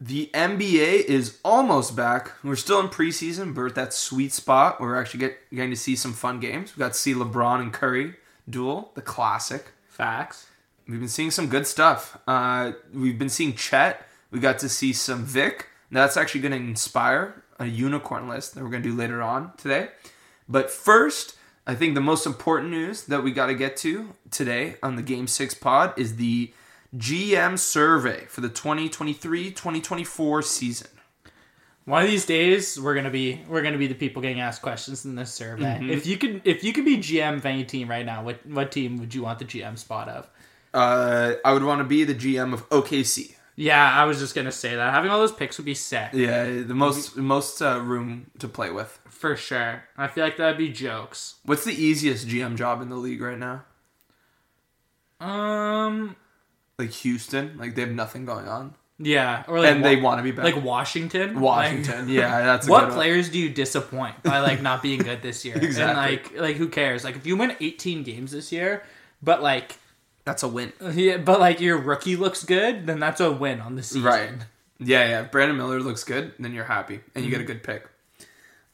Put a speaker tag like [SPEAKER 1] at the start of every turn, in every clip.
[SPEAKER 1] The NBA is almost back. We're still in preseason, but we're at that sweet spot where we're actually get, getting to see some fun games. We got to see LeBron and Curry duel, the classic.
[SPEAKER 2] Facts.
[SPEAKER 1] We've been seeing some good stuff. Uh, we've been seeing Chet. We got to see some Vic. That's actually going to inspire a unicorn list that we're going to do later on today. But first, I think the most important news that we got to get to today on the Game 6 pod is the GM survey for the 2023 2024 season.
[SPEAKER 2] One of these days, we're gonna be we're gonna be the people getting asked questions in this survey. If you could if you could be GM of any team right now, what what team would you want the GM spot of?
[SPEAKER 1] Uh, I would want to be the GM of OKC.
[SPEAKER 2] Yeah, I was just gonna say that having all those picks would be sick
[SPEAKER 1] Yeah, the most most uh, room to play with.
[SPEAKER 2] for sure. I feel like that'd be jokes.
[SPEAKER 1] What's the easiest GM job in the league right now?
[SPEAKER 2] Um,
[SPEAKER 1] Like Houston, like they have nothing going on,
[SPEAKER 2] yeah, or like
[SPEAKER 1] and they
[SPEAKER 2] Wa-
[SPEAKER 1] want to be back.
[SPEAKER 2] like Washington,
[SPEAKER 1] Washington,
[SPEAKER 2] Like-
[SPEAKER 1] yeah, that's a
[SPEAKER 2] what
[SPEAKER 1] good one.
[SPEAKER 2] players do you disappoint by like not being good this year? And
[SPEAKER 1] Exactly.
[SPEAKER 2] like like who cares? Like if you win 18 games this year, but like
[SPEAKER 1] That's a win.
[SPEAKER 2] yeah, but like your rookie looks good, then that's a win on the season.
[SPEAKER 1] Right. Yeah, yeah. Brandon Miller looks good, then you're happy and you get a good pick.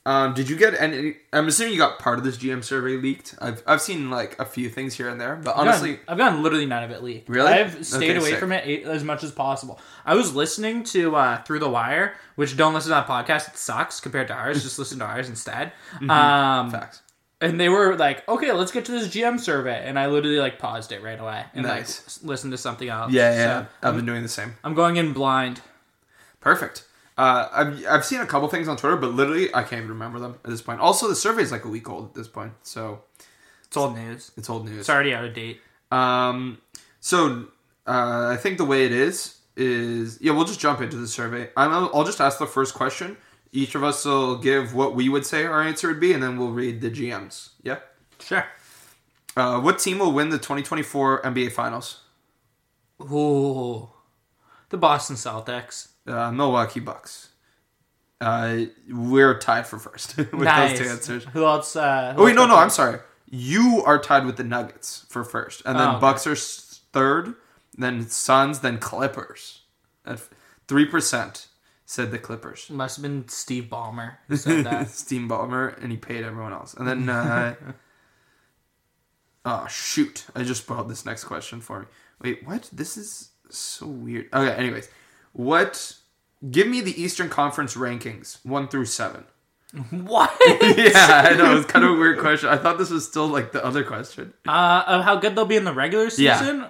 [SPEAKER 1] Um, did you get any? I'm assuming you got part of this GM survey leaked. I've I've seen like a few things here and there, but
[SPEAKER 2] I've
[SPEAKER 1] honestly,
[SPEAKER 2] gotten- I've gotten literally none of it leaked.
[SPEAKER 1] Really?
[SPEAKER 2] I've stayed
[SPEAKER 1] Okay,
[SPEAKER 2] away
[SPEAKER 1] sick.
[SPEAKER 2] from it as much as possible. I was listening to uh, Through the Wire, which don't listen to that podcast. It sucks compared to ours. Just listen to ours instead.
[SPEAKER 1] Mm-hmm.
[SPEAKER 2] Um,
[SPEAKER 1] facts.
[SPEAKER 2] and they were like, "Okay, let's get to this GM survey," and I literally like paused it right away and
[SPEAKER 1] Nice.
[SPEAKER 2] like s- listened to something else.
[SPEAKER 1] Yeah, Mm-hmm.
[SPEAKER 2] So,
[SPEAKER 1] yeah. Um, I've been doing the same.
[SPEAKER 2] I'm going in blind.
[SPEAKER 1] Perfect. Uh, I've I've seen a couple things on Twitter, but literally I can't even remember them at this point. Also, the survey's like a week old at this point, so
[SPEAKER 2] It's old news.
[SPEAKER 1] it's old news.
[SPEAKER 2] It's already out of date.
[SPEAKER 1] Um, so uh, I think the way it is is yeah, we'll just jump into the survey. I'm, I'll just ask the first question. Each of us will give what we would say our answer would be, and then we'll read the GMs. Yeah.
[SPEAKER 2] Sure.
[SPEAKER 1] Uh, what team will win the 2024 NBA Finals?
[SPEAKER 2] Ooh, the Boston Celtics.
[SPEAKER 1] Uh, Milwaukee Bucks. Uh, we're tied for first with
[SPEAKER 2] nice.
[SPEAKER 1] those two answers.
[SPEAKER 2] Who else? Uh,
[SPEAKER 1] Oh wait, no, no, I'm sorry. You are tied with the Nuggets for first, and then
[SPEAKER 2] Oh, okay.
[SPEAKER 1] Bucks are s- third, then Suns, then Clippers. At three percent said the Clippers.
[SPEAKER 2] Must have been Steve Ballmer who said that.
[SPEAKER 1] Steam bomber, and he paid everyone else, and then. Uh, oh shoot! I just brought this next question for me. Wait, what? This is so weird. Okay, anyways, what? Give me the Eastern Conference rankings one through seven.
[SPEAKER 2] what?
[SPEAKER 1] Yeah, I know it's kind of a weird question. I thought this was still like the other question.
[SPEAKER 2] Uh, of how good they'll be in the regular
[SPEAKER 1] Yeah.
[SPEAKER 2] season.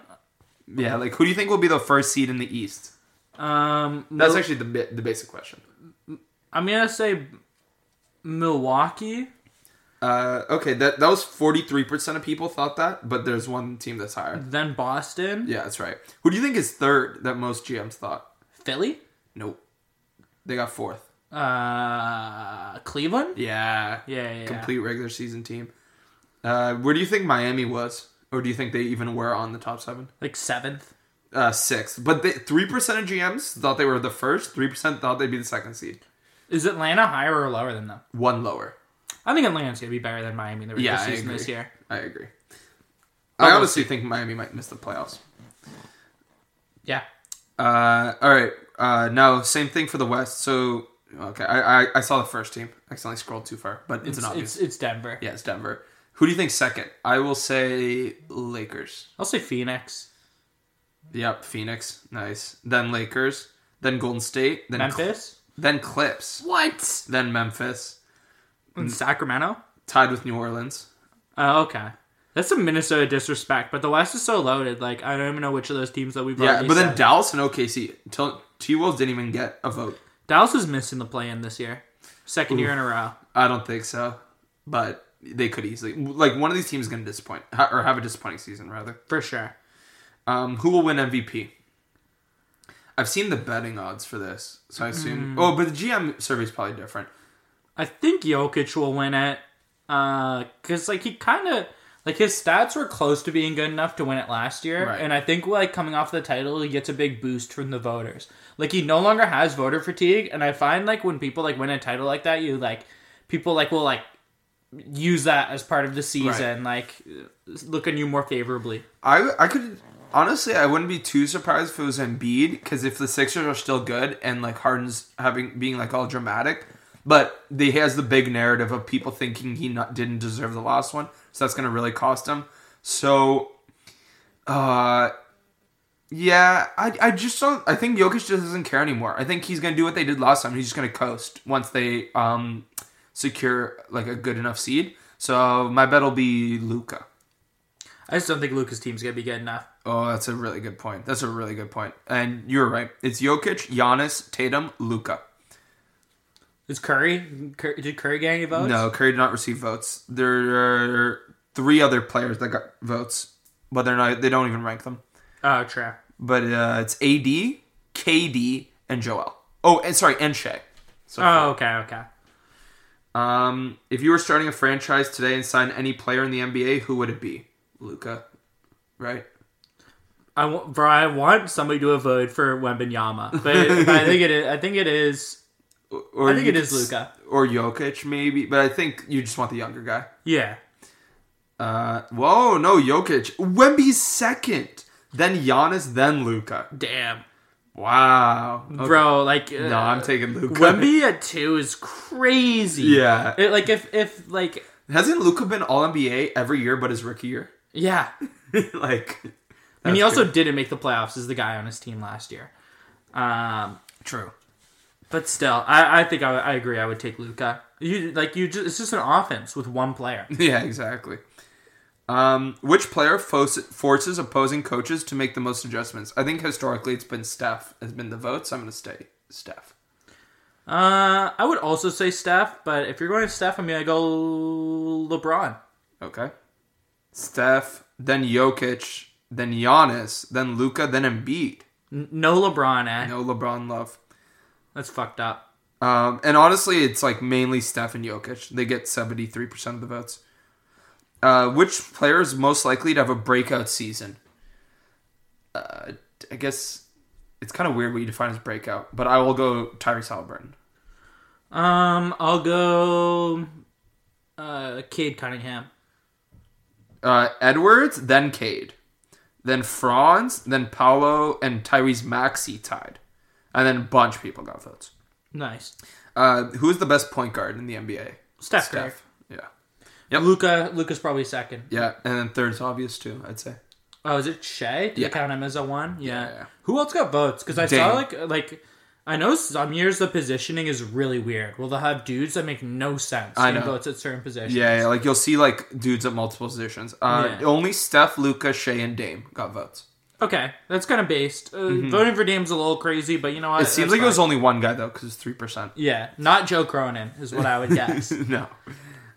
[SPEAKER 1] Yeah, like who do you think will be the first seed in the East?
[SPEAKER 2] Um,
[SPEAKER 1] That's
[SPEAKER 2] Mil-
[SPEAKER 1] actually the bi- the basic question.
[SPEAKER 2] I'm gonna say Milwaukee.
[SPEAKER 1] Uh, okay, that that was forty three percent of people thought that, but there's one team that's higher.
[SPEAKER 2] Then Boston,
[SPEAKER 1] Yeah, that's right. Who do you think is third? That most GMs thought.
[SPEAKER 2] Philly,
[SPEAKER 1] Nope, they got fourth.
[SPEAKER 2] uh, Cleveland.
[SPEAKER 1] Yeah,
[SPEAKER 2] Yeah, yeah, yeah.
[SPEAKER 1] complete regular season team. Uh, where do you think Miami was, or do you think they even were on the top seven?
[SPEAKER 2] like seventh.
[SPEAKER 1] Uh, sixth, but three percent of GMs thought they were the first. Three percent thought they'd be the second seed.
[SPEAKER 2] Is Atlanta higher or lower than them?
[SPEAKER 1] One lower.
[SPEAKER 2] I think Atlanta's gonna be better than Miami in the regular
[SPEAKER 1] Yeah, I
[SPEAKER 2] season
[SPEAKER 1] agree.
[SPEAKER 2] this year.
[SPEAKER 1] I agree. I honestly think Miami might miss the playoffs.
[SPEAKER 2] Yeah,
[SPEAKER 1] Uh, all right. Uh, now, same thing for the West. So, okay, I, I, I saw the first team. I accidentally scrolled too far, but it's,
[SPEAKER 2] it's
[SPEAKER 1] an obvious.
[SPEAKER 2] it's, it's Denver.
[SPEAKER 1] yeah, it's Denver. Who do you think second? I will say Lakers.
[SPEAKER 2] I'll say Phoenix,
[SPEAKER 1] Yep, Phoenix. Nice. Then Lakers. Then Golden State. Then Cl-
[SPEAKER 2] Memphis,
[SPEAKER 1] then Clips.
[SPEAKER 2] what?
[SPEAKER 1] Then Memphis. Mm.
[SPEAKER 2] And Sacramento.
[SPEAKER 1] Tied with New Orleans.
[SPEAKER 2] Oh, okay. That's some Minnesota disrespect, but the West is so loaded. Like I don't even know which of those teams that we've.
[SPEAKER 1] Yeah,
[SPEAKER 2] already
[SPEAKER 1] but then
[SPEAKER 2] said.
[SPEAKER 1] Dallas and OKC. Till- T Wolves didn't even get a vote.
[SPEAKER 2] Dallas is missing the play in this year, second year in a row.
[SPEAKER 1] I don't think so, but they could easily. Like one of these teams is going to disappoint ha- or have a disappointing season rather.
[SPEAKER 2] For sure.
[SPEAKER 1] Um, who will win MVP? I've seen the betting odds for this, so I assume. Oh, but the GM survey is probably different.
[SPEAKER 2] I think Jokic will win it. Uh, cause like he kind of like his stats were close to being good enough to win it last year,
[SPEAKER 1] Right.
[SPEAKER 2] and I think like coming off the title, he gets a big boost from the voters. Like he no longer has voter fatigue, and I find like when people like win a title like that, you like people like will like use that as part of the season. Like, uh, look on you more favorably.
[SPEAKER 1] I I could honestly I wouldn't be too surprised if it was Embiid because if the Sixers are still good and like Harden's having being like all dramatic, but they he has the big narrative of people thinking he not didn't deserve the last one, so that's gonna really cost him. So, uh, yeah, I I just don't. I think Jokic just doesn't care anymore. I think he's gonna do what they did last time. He's just gonna coast once they um secure like a good enough seed. So my bet'll be Luca.
[SPEAKER 2] I just don't think Luca's team's gonna be good enough.
[SPEAKER 1] Oh, that's a really good point. That's a really good point. And you're right. It's Jokic, Giannis, Tatum, Luca.
[SPEAKER 2] Is Curry? Cur- did Curry get any votes?
[SPEAKER 1] No, Curry did not receive votes. There are three other players that got votes, but they're not. They don't even rank them.
[SPEAKER 2] Oh, true.
[SPEAKER 1] But uh, it's AD, KD, and Joel. Oh, and sorry, and Shea. So,
[SPEAKER 2] Oh, okay, okay.
[SPEAKER 1] um, if you were starting a franchise today and signed any player in the NBA, who would it be? Luca, right?
[SPEAKER 2] I want, bro, I want somebody to vote for Wembenyama, but, but I think it is. I think it is.
[SPEAKER 1] Or
[SPEAKER 2] I think
[SPEAKER 1] you
[SPEAKER 2] it is
[SPEAKER 1] could s-
[SPEAKER 2] Luka.
[SPEAKER 1] or Jokic, maybe. But I think you just want the younger guy.
[SPEAKER 2] Yeah,
[SPEAKER 1] Uh, whoa, no, Jokic. Wemby's second, then Giannis, then Luca.
[SPEAKER 2] damn,
[SPEAKER 1] Wow, Okay.
[SPEAKER 2] bro. Like, uh,
[SPEAKER 1] No, I'm taking Luca.
[SPEAKER 2] Wemby at two is crazy.
[SPEAKER 1] Yeah,
[SPEAKER 2] It- like if if like
[SPEAKER 1] hasn't Luca been All NBA every year but his rookie year?
[SPEAKER 2] yeah,
[SPEAKER 1] like,
[SPEAKER 2] and he
[SPEAKER 1] that's
[SPEAKER 2] also
[SPEAKER 1] good.
[SPEAKER 2] didn't make the playoffs as the guy on his team last year. Um,
[SPEAKER 1] true.
[SPEAKER 2] but still, I I think I, I agree. I would take Luca. You like you just it's just an offense with one player.
[SPEAKER 1] Yeah, exactly. Um, which player fo- forces opposing coaches to make the most adjustments? I think historically it's been Steph has been the vote, so I'm going to stay Steph.
[SPEAKER 2] Uh, I would also say Steph, but if you're going to Steph, I'm gonna go LeBron.
[SPEAKER 1] Okay. Steph, then Jokic, then Giannis, then Luca, then Embiid.
[SPEAKER 2] N- No LeBron, eh?
[SPEAKER 1] No LeBron love.
[SPEAKER 2] That's fucked up.
[SPEAKER 1] Um, and honestly, it's like mainly Steph and Jokic. They get 73% of the votes. Uh, which player is most likely to have a breakout season? Uh, I guess it's kind of weird what you define as breakout, but I will go Tyrese Halliburton.
[SPEAKER 2] Um, I'll go. Uh, Cade Cunningham.
[SPEAKER 1] Uh, Edwards, then Cade, then Franz, then Paolo, and Tyrese Maxey tied. And then a bunch of people got votes.
[SPEAKER 2] Nice.
[SPEAKER 1] Uh, who is the best point guard in the NBA?
[SPEAKER 2] Steph. Curry.
[SPEAKER 1] Yeah.
[SPEAKER 2] Luca. Luca's probably second.
[SPEAKER 1] Yeah. And then third's obvious too, I'd say.
[SPEAKER 2] Oh, is it Shea? Do
[SPEAKER 1] Yeah.
[SPEAKER 2] you count him as a one? Yeah.
[SPEAKER 1] Yeah.
[SPEAKER 2] Who else got votes? Because I
[SPEAKER 1] Dame.
[SPEAKER 2] saw like like. I know some years the positioning is really weird. Well, they'll have dudes that make no sense
[SPEAKER 1] I
[SPEAKER 2] in
[SPEAKER 1] know.
[SPEAKER 2] votes at certain positions.
[SPEAKER 1] Yeah, yeah, like you'll see like dudes at multiple positions. Uh,
[SPEAKER 2] Yeah.
[SPEAKER 1] Only Steph, Luca, Shea, and Dame got votes.
[SPEAKER 2] Okay, that's kind of based. Uh, Voting for Dame's a little crazy, but you know what?
[SPEAKER 1] Mm-hmm. It seems like it was only one guy though, because it's three percent.
[SPEAKER 2] Yeah, not Joe Cronin is what I would guess.
[SPEAKER 1] no.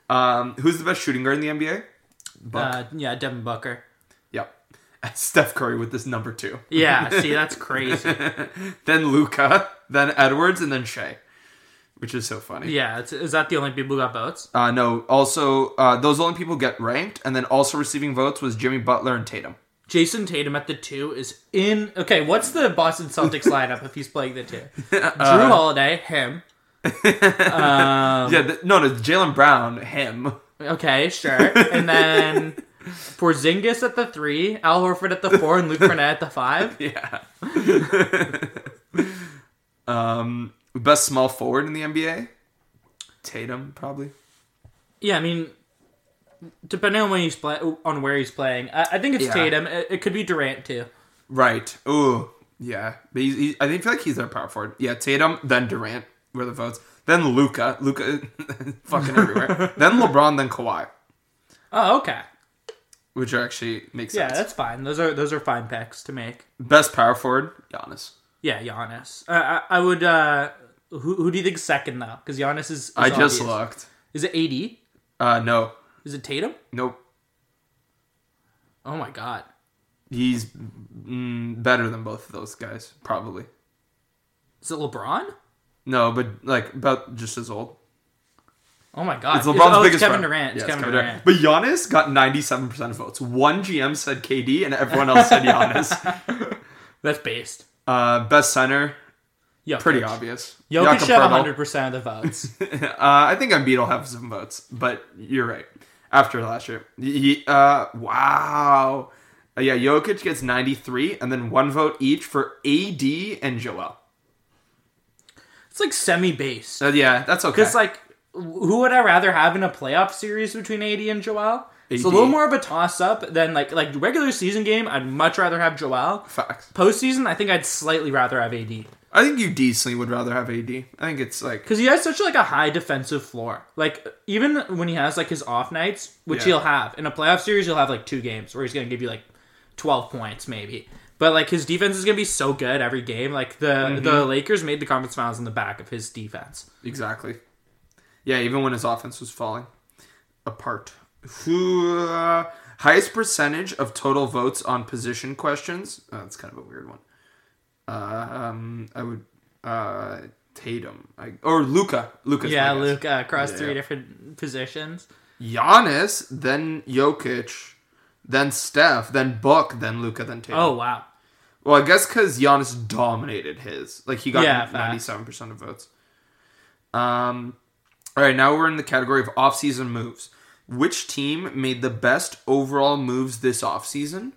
[SPEAKER 1] Um, who's the best shooting guard in the NBA? Buck.
[SPEAKER 2] uh, yeah, Devin Booker.
[SPEAKER 1] yep. Steph Curry with this number two.
[SPEAKER 2] Yeah, see, that's crazy.
[SPEAKER 1] Then Luca, then Edwards, and then Shea, which is so funny.
[SPEAKER 2] Yeah, it's, is that the only people who got votes?
[SPEAKER 1] Uh, no. Also, uh, those only people get ranked, and then also receiving votes was Jimmy Butler and Tatum.
[SPEAKER 2] Jason Tatum at the two is in. Okay, what's the Boston Celtics lineup if he's playing the two?
[SPEAKER 1] Uh,
[SPEAKER 2] Drew Holiday, him. Um,
[SPEAKER 1] yeah. Th- no, no. Jalen Brown, him.
[SPEAKER 2] Okay, sure. And then Porzingis at the three, Al Horford at the four, and Luke Renette at the five.
[SPEAKER 1] Yeah. um, best small forward in the NBA? Tatum, probably.
[SPEAKER 2] Yeah, I mean, depending on when he's play, on where he's playing, I, I think it's
[SPEAKER 1] Yeah.
[SPEAKER 2] Tatum. It, it could be Durant too.
[SPEAKER 1] Right. Ooh, yeah. But he's, he, I think feel like he's their power forward. Yeah, Tatum, then Durant were the votes, then Luca, Luca, fucking everywhere. then LeBron, then Kawhi,
[SPEAKER 2] Oh, okay.
[SPEAKER 1] which actually makes
[SPEAKER 2] Yeah,
[SPEAKER 1] sense.
[SPEAKER 2] that's fine. Those are those are fine picks to make.
[SPEAKER 1] Best power forward, Giannis.
[SPEAKER 2] Yeah, Giannis. Uh, I, I would. uh Who who do you think's second though? Because Giannis is. is
[SPEAKER 1] I just
[SPEAKER 2] obvious.
[SPEAKER 1] looked.
[SPEAKER 2] Is it AD?
[SPEAKER 1] Uh, no,
[SPEAKER 2] Is it Tatum?
[SPEAKER 1] nope.
[SPEAKER 2] Oh my god.
[SPEAKER 1] He's mm, better than both of those guys, probably.
[SPEAKER 2] Is it LeBron?
[SPEAKER 1] No, but like about just as old.
[SPEAKER 2] Oh my god.
[SPEAKER 1] It's LeBron's
[SPEAKER 2] oh,
[SPEAKER 1] biggest
[SPEAKER 2] it's Kevin
[SPEAKER 1] friend.
[SPEAKER 2] Durant. It's
[SPEAKER 1] Yeah,
[SPEAKER 2] Kevin, Durant.
[SPEAKER 1] But Giannis got 97% of votes. One GM said KD and everyone else said Giannis.
[SPEAKER 2] That's based.
[SPEAKER 1] uh, best center,
[SPEAKER 2] Jokic.
[SPEAKER 1] Pretty obvious. Jakob
[SPEAKER 2] Jokic should have
[SPEAKER 1] Pertl.
[SPEAKER 2] 100 percent of the votes.
[SPEAKER 1] uh, I think Embiid will have some votes, but you're right. After last year, He- uh, wow, Uh, yeah, Jokic gets 93, and then one vote each for AD and Joel.
[SPEAKER 2] it's like semi-based.
[SPEAKER 1] Uh, yeah, that's okay.
[SPEAKER 2] Because like, who would I rather have in a playoff series between AD and Joel? It's a
[SPEAKER 1] AD.
[SPEAKER 2] little more of a toss-up than like like regular season game. I'd much rather have Joel.
[SPEAKER 1] facts.
[SPEAKER 2] Postseason, I think I'd slightly rather have AD
[SPEAKER 1] I think you decently would rather have AD. I think it's like
[SPEAKER 2] because he has such like a high defensive floor. Like even when he has like his off nights, which
[SPEAKER 1] Yeah.
[SPEAKER 2] he'll have in a playoff series, he'll have like two games where he's gonna give you like twelve points maybe. But like his defense is gonna be so good every game. Like the
[SPEAKER 1] Mm-hmm.
[SPEAKER 2] the Lakers made the conference finals on the back of his defense.
[SPEAKER 1] exactly. Yeah, even when his offense was falling apart. Who uh, highest percentage of total votes on position questions? Oh, that's kind of a weird one. Uh, um, I would uh, Tatum I, or Luca. Luca.
[SPEAKER 2] yeah, Luke uh, across three
[SPEAKER 1] Yeah.
[SPEAKER 2] different positions.
[SPEAKER 1] Giannis, then Jokic, then Steph, then Book, then Luca, then Tatum.
[SPEAKER 2] Oh wow,
[SPEAKER 1] Well, I guess because Giannis dominated his. Like he
[SPEAKER 2] Yeah,
[SPEAKER 1] got
[SPEAKER 2] facts.
[SPEAKER 1] ninety-seven percent of votes. Um, all right, now we're in the category of off-season moves. Which team made the best overall moves this off-season?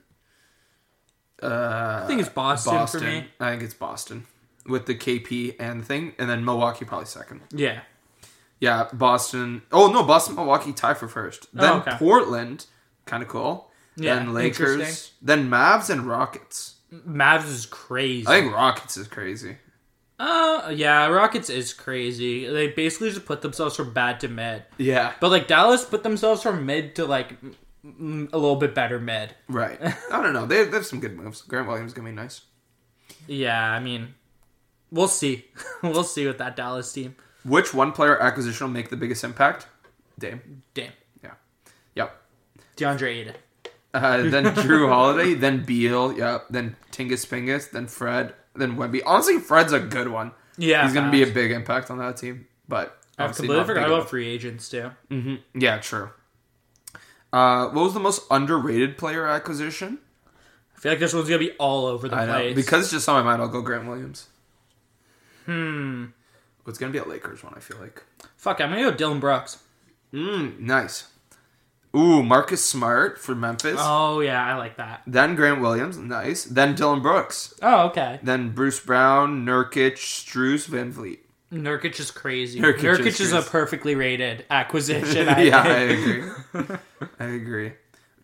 [SPEAKER 2] I think it's Boston,
[SPEAKER 1] Boston.
[SPEAKER 2] for me.
[SPEAKER 1] I think it's Boston with the KP and thing, and then Milwaukee probably second.
[SPEAKER 2] Yeah,
[SPEAKER 1] Yeah, Boston. Oh no, Boston, Milwaukee tie for first. Then
[SPEAKER 2] Oh, okay.
[SPEAKER 1] Portland, kind of cool.
[SPEAKER 2] Yeah,
[SPEAKER 1] then Lakers,
[SPEAKER 2] interesting.
[SPEAKER 1] then Mavs and Rockets.
[SPEAKER 2] Mavs is crazy.
[SPEAKER 1] I think Rockets is crazy.
[SPEAKER 2] uh, yeah, Rockets is crazy. They basically just put themselves from bad to mid.
[SPEAKER 1] Yeah,
[SPEAKER 2] But like Dallas put themselves from mid to like m- m- a little bit better mid.
[SPEAKER 1] Right. I don't know. They, they have some good moves. Grant Williams is gonna be nice.
[SPEAKER 2] Yeah, I mean, we'll see. we'll see with that Dallas team.
[SPEAKER 1] Which one player acquisition will make the biggest impact? Dame.
[SPEAKER 2] Damn,
[SPEAKER 1] Yeah. Yep.
[SPEAKER 2] DeAndre Aiden.
[SPEAKER 1] Uh, then Drew Holiday. Then Beal. Yep. Then Tingus Pingus. Then Fred. Then Webby. Honestly, Fred's a good one.
[SPEAKER 2] Yeah,
[SPEAKER 1] He's gonna be a big impact on that team. But
[SPEAKER 2] I
[SPEAKER 1] obviously
[SPEAKER 2] completely
[SPEAKER 1] not big
[SPEAKER 2] forgot
[SPEAKER 1] enough.
[SPEAKER 2] about free agents too.
[SPEAKER 1] Yeah. True. Uh, what was the most underrated player acquisition?
[SPEAKER 2] I feel like this one's gonna be all over the
[SPEAKER 1] I know
[SPEAKER 2] place
[SPEAKER 1] because it's just on my mind. I'll go Grant Williams. Hmm. It's gonna be a Lakers one. I feel like.
[SPEAKER 2] fuck, I'm gonna go Dylan Brooks.
[SPEAKER 1] Mm, nice. Ooh, Marcus Smart for Memphis.
[SPEAKER 2] Oh yeah, I like that.
[SPEAKER 1] Then Grant Williams, nice. Then Dylan Brooks.
[SPEAKER 2] Oh okay,
[SPEAKER 1] Then Bruce Brown, Nurkic, Struess, Van Vliet.
[SPEAKER 2] Nurkic is crazy.
[SPEAKER 1] Nurkic
[SPEAKER 2] Nurkic,
[SPEAKER 1] is
[SPEAKER 2] is, a
[SPEAKER 1] crazy.
[SPEAKER 2] perfectly rated acquisition. I
[SPEAKER 1] yeah, I
[SPEAKER 2] think.
[SPEAKER 1] agree. I agree.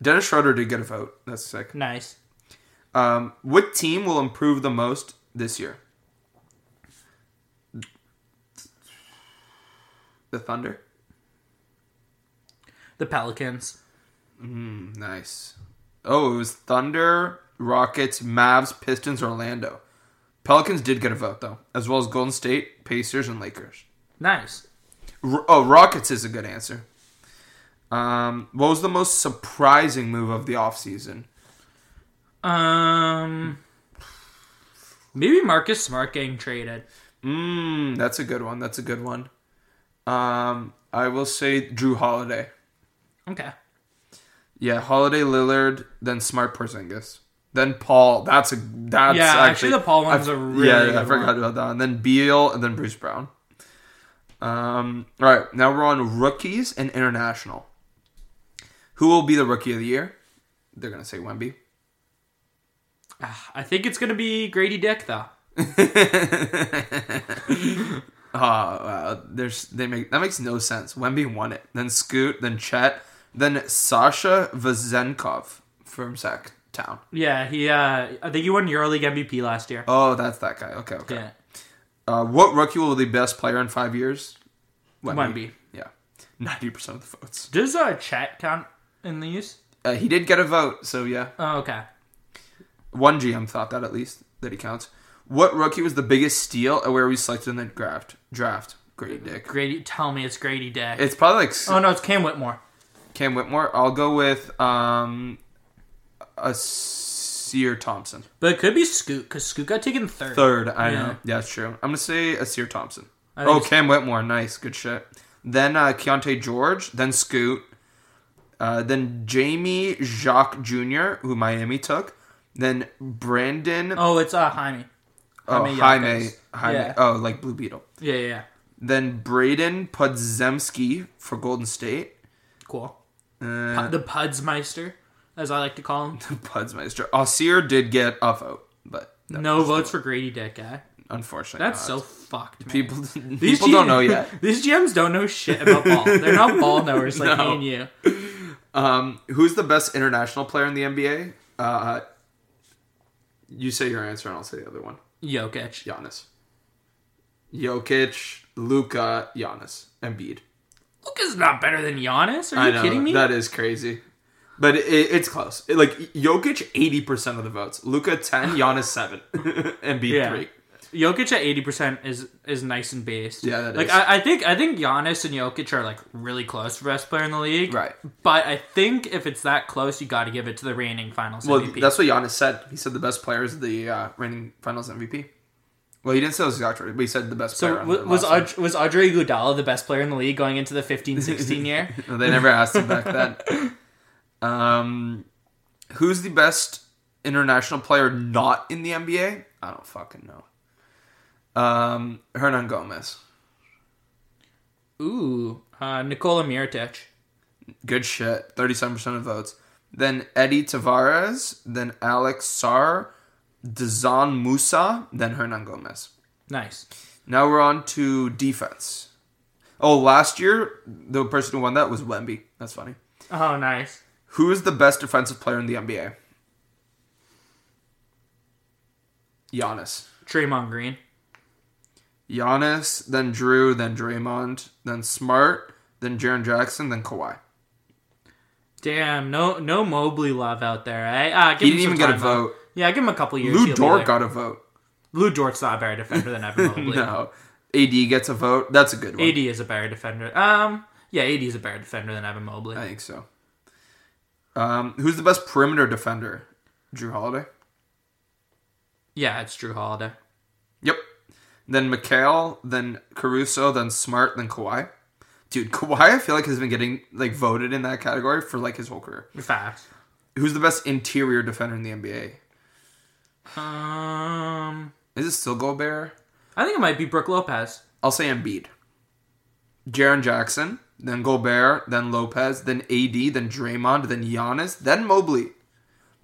[SPEAKER 1] Dennis Schroeder did get a vote. That's sick.
[SPEAKER 2] nice.
[SPEAKER 1] Um, what team will improve the most this year? The Thunder.
[SPEAKER 2] The Pelicans.
[SPEAKER 1] Nice. Oh, it was Thunder, Rockets, Mavs, Pistons, Orlando. Pelicans did get a vote though, as well as Golden State, Pacers, and Lakers.
[SPEAKER 2] Nice.
[SPEAKER 1] R- oh, Rockets is a good answer. Um, what was the most surprising move of the offseason?
[SPEAKER 2] Um, maybe Marcus Smart getting traded.
[SPEAKER 1] Mmm, that's a good one. That's a good one. Um, I will say Drew Holiday.
[SPEAKER 2] Okay.
[SPEAKER 1] Yeah, Holiday, Lillard, then Smart Porzingis, then Paul. That's a that's
[SPEAKER 2] Yeah, actually,
[SPEAKER 1] actually
[SPEAKER 2] the Paul
[SPEAKER 1] I-
[SPEAKER 2] one's a really
[SPEAKER 1] yeah.
[SPEAKER 2] good
[SPEAKER 1] I forgot
[SPEAKER 2] one.
[SPEAKER 1] about that. And then Beal, and then Bruce Brown. Um. All right, now we're on rookies and international. Who will be the rookie of the year? They're gonna say Wemby.
[SPEAKER 2] Ah, I think it's gonna be Grady Dick though.
[SPEAKER 1] Oh, wow. There's they make that makes no sense. Wemby won it. Then Scoot. Then Chet. Then Sasha Vazenkov from Sac Town.
[SPEAKER 2] Yeah, he. Uh, I think he won EuroLeague MVP last year.
[SPEAKER 1] Oh, that's that guy. Okay, okay.
[SPEAKER 2] yeah.
[SPEAKER 1] Uh, what rookie will be the best player in five years?
[SPEAKER 2] Wemby.
[SPEAKER 1] Yeah, ninety percent of the votes.
[SPEAKER 2] Does uh, chat count in these?
[SPEAKER 1] Uh, he did get a vote, so yeah.
[SPEAKER 2] Oh, okay.
[SPEAKER 1] One GM thought that at least that he counts. What rookie was the biggest steal at where we selected in the draft? Draft. Great dick.
[SPEAKER 2] Grady, tell me it's Grady Dick.
[SPEAKER 1] It's probably like
[SPEAKER 2] oh no, it's Cam Whitmore.
[SPEAKER 1] Cam Whitmore. I'll go with um, a Sear Thompson.
[SPEAKER 2] But it could be Scoot because Scoot got taken third.
[SPEAKER 1] Third, I
[SPEAKER 2] Yeah.
[SPEAKER 1] know. Yeah, that's true. I'm gonna say Asir Thompson.
[SPEAKER 2] I think
[SPEAKER 1] Oh,
[SPEAKER 2] it's-
[SPEAKER 1] Cam Whitmore, nice, good shit. Then uh, Keontae George, then Scoot, uh, then Jamie Jacques Jr., who Miami took, then Brandon
[SPEAKER 2] Oh, it's uh Jaime.
[SPEAKER 1] Oh,
[SPEAKER 2] Oh, Jaime
[SPEAKER 1] Jaime.
[SPEAKER 2] Yepes.
[SPEAKER 1] Jaime.
[SPEAKER 2] Yeah.
[SPEAKER 1] Oh, like Blue Beetle.
[SPEAKER 2] Yeah, yeah, yeah.
[SPEAKER 1] Then Braden Podzemski for Golden State.
[SPEAKER 2] Cool.
[SPEAKER 1] Uh,
[SPEAKER 2] the Pudsmeister, as I like to call him.
[SPEAKER 1] Pudsmeister. Osir did get a vote, but that
[SPEAKER 2] No
[SPEAKER 1] was
[SPEAKER 2] votes for Grady Dick guy.
[SPEAKER 1] Unfortunately,
[SPEAKER 2] That's
[SPEAKER 1] not.
[SPEAKER 2] so fucked, man.
[SPEAKER 1] people. people don't know yet.
[SPEAKER 2] These GMs don't know shit about ball. They're not ball knowers like
[SPEAKER 1] No.
[SPEAKER 2] me and you.
[SPEAKER 1] Um, who's the best international player in the NBA? Uh, you say your answer, and I'll say the other one.
[SPEAKER 2] Jokic.
[SPEAKER 1] Giannis, Jokic, Luca, Giannis, Embiid.
[SPEAKER 2] Luka's not better than Giannis. Are
[SPEAKER 1] I
[SPEAKER 2] you
[SPEAKER 1] know
[SPEAKER 2] kidding me?
[SPEAKER 1] that is crazy, but it, it's close. It- like Jokic, eighty percent of the votes. Luca ten, Giannis seven, Embiid
[SPEAKER 2] Yeah.
[SPEAKER 1] three.
[SPEAKER 2] Jokic at eighty percent is is nice and based.
[SPEAKER 1] Yeah, that
[SPEAKER 2] like
[SPEAKER 1] is.
[SPEAKER 2] I, I think I think Giannis and Jokic are like really close for best player in the league.
[SPEAKER 1] Right.
[SPEAKER 2] But I think if it's that close, you got to give it to the reigning Finals
[SPEAKER 1] Well,
[SPEAKER 2] MVP.
[SPEAKER 1] that's what Giannis said. He said the best player is the uh, reigning Finals MVP. Well, he didn't say it was exact right, but he said the best
[SPEAKER 2] so
[SPEAKER 1] player. on
[SPEAKER 2] wa-
[SPEAKER 1] the
[SPEAKER 2] was
[SPEAKER 1] roster.
[SPEAKER 2] Aud- was Andre Iguodala the best player in the league going into the 15-16 year?
[SPEAKER 1] No, they never asked him back then. Um, who's the best international player not in the NBA? I don't fucking know. Um, Hernan Gomez.
[SPEAKER 2] Ooh, uh, Nikola Mirotic.
[SPEAKER 1] Good shit. 37% of votes. Then Eddie Tavares. Then Alex Sar. Dazan Musa. Then Hernan Gomez.
[SPEAKER 2] Nice.
[SPEAKER 1] Now we're on to defense. Oh, last year, the person who won that was Wemby. That's funny.
[SPEAKER 2] Oh, nice.
[SPEAKER 1] Who is the best defensive player in the NBA? Giannis.
[SPEAKER 2] Draymond Green.
[SPEAKER 1] Giannis, then Drew, then Draymond, then Smart, then Jaron Jackson, then Kawhi.
[SPEAKER 2] Damn, no no Mobley love out there. Eh? Uh, give
[SPEAKER 1] He
[SPEAKER 2] him
[SPEAKER 1] didn't
[SPEAKER 2] some
[SPEAKER 1] even get a
[SPEAKER 2] time,
[SPEAKER 1] vote.
[SPEAKER 2] though. Yeah, give him a couple years.
[SPEAKER 1] Lou
[SPEAKER 2] he'll be
[SPEAKER 1] Dort
[SPEAKER 2] there.
[SPEAKER 1] got a vote.
[SPEAKER 2] Lou Dort's not a better defender than Evan Mobley.
[SPEAKER 1] No. AD gets a vote. That's a good one.
[SPEAKER 2] AD is a better defender. Um, yeah, AD is a better defender than Evan Mobley.
[SPEAKER 1] I think so. Um, who's the best perimeter defender? Drew Holiday.
[SPEAKER 2] yeah, it's Drew Holiday.
[SPEAKER 1] Yep. Then McHale, then Caruso, then Smart, then Kawhi. Dude, Kawhi, I feel like has been getting like voted in that category for like his whole career.
[SPEAKER 2] Facts.
[SPEAKER 1] Who's the best interior defender in the NBA?
[SPEAKER 2] Um,
[SPEAKER 1] Is it still Gobert?
[SPEAKER 2] I think it might be Brooke Lopez.
[SPEAKER 1] I'll say Embiid. Jaron Jackson, then Gobert, then Lopez, then AD, then Draymond, then Giannis, then Mobley.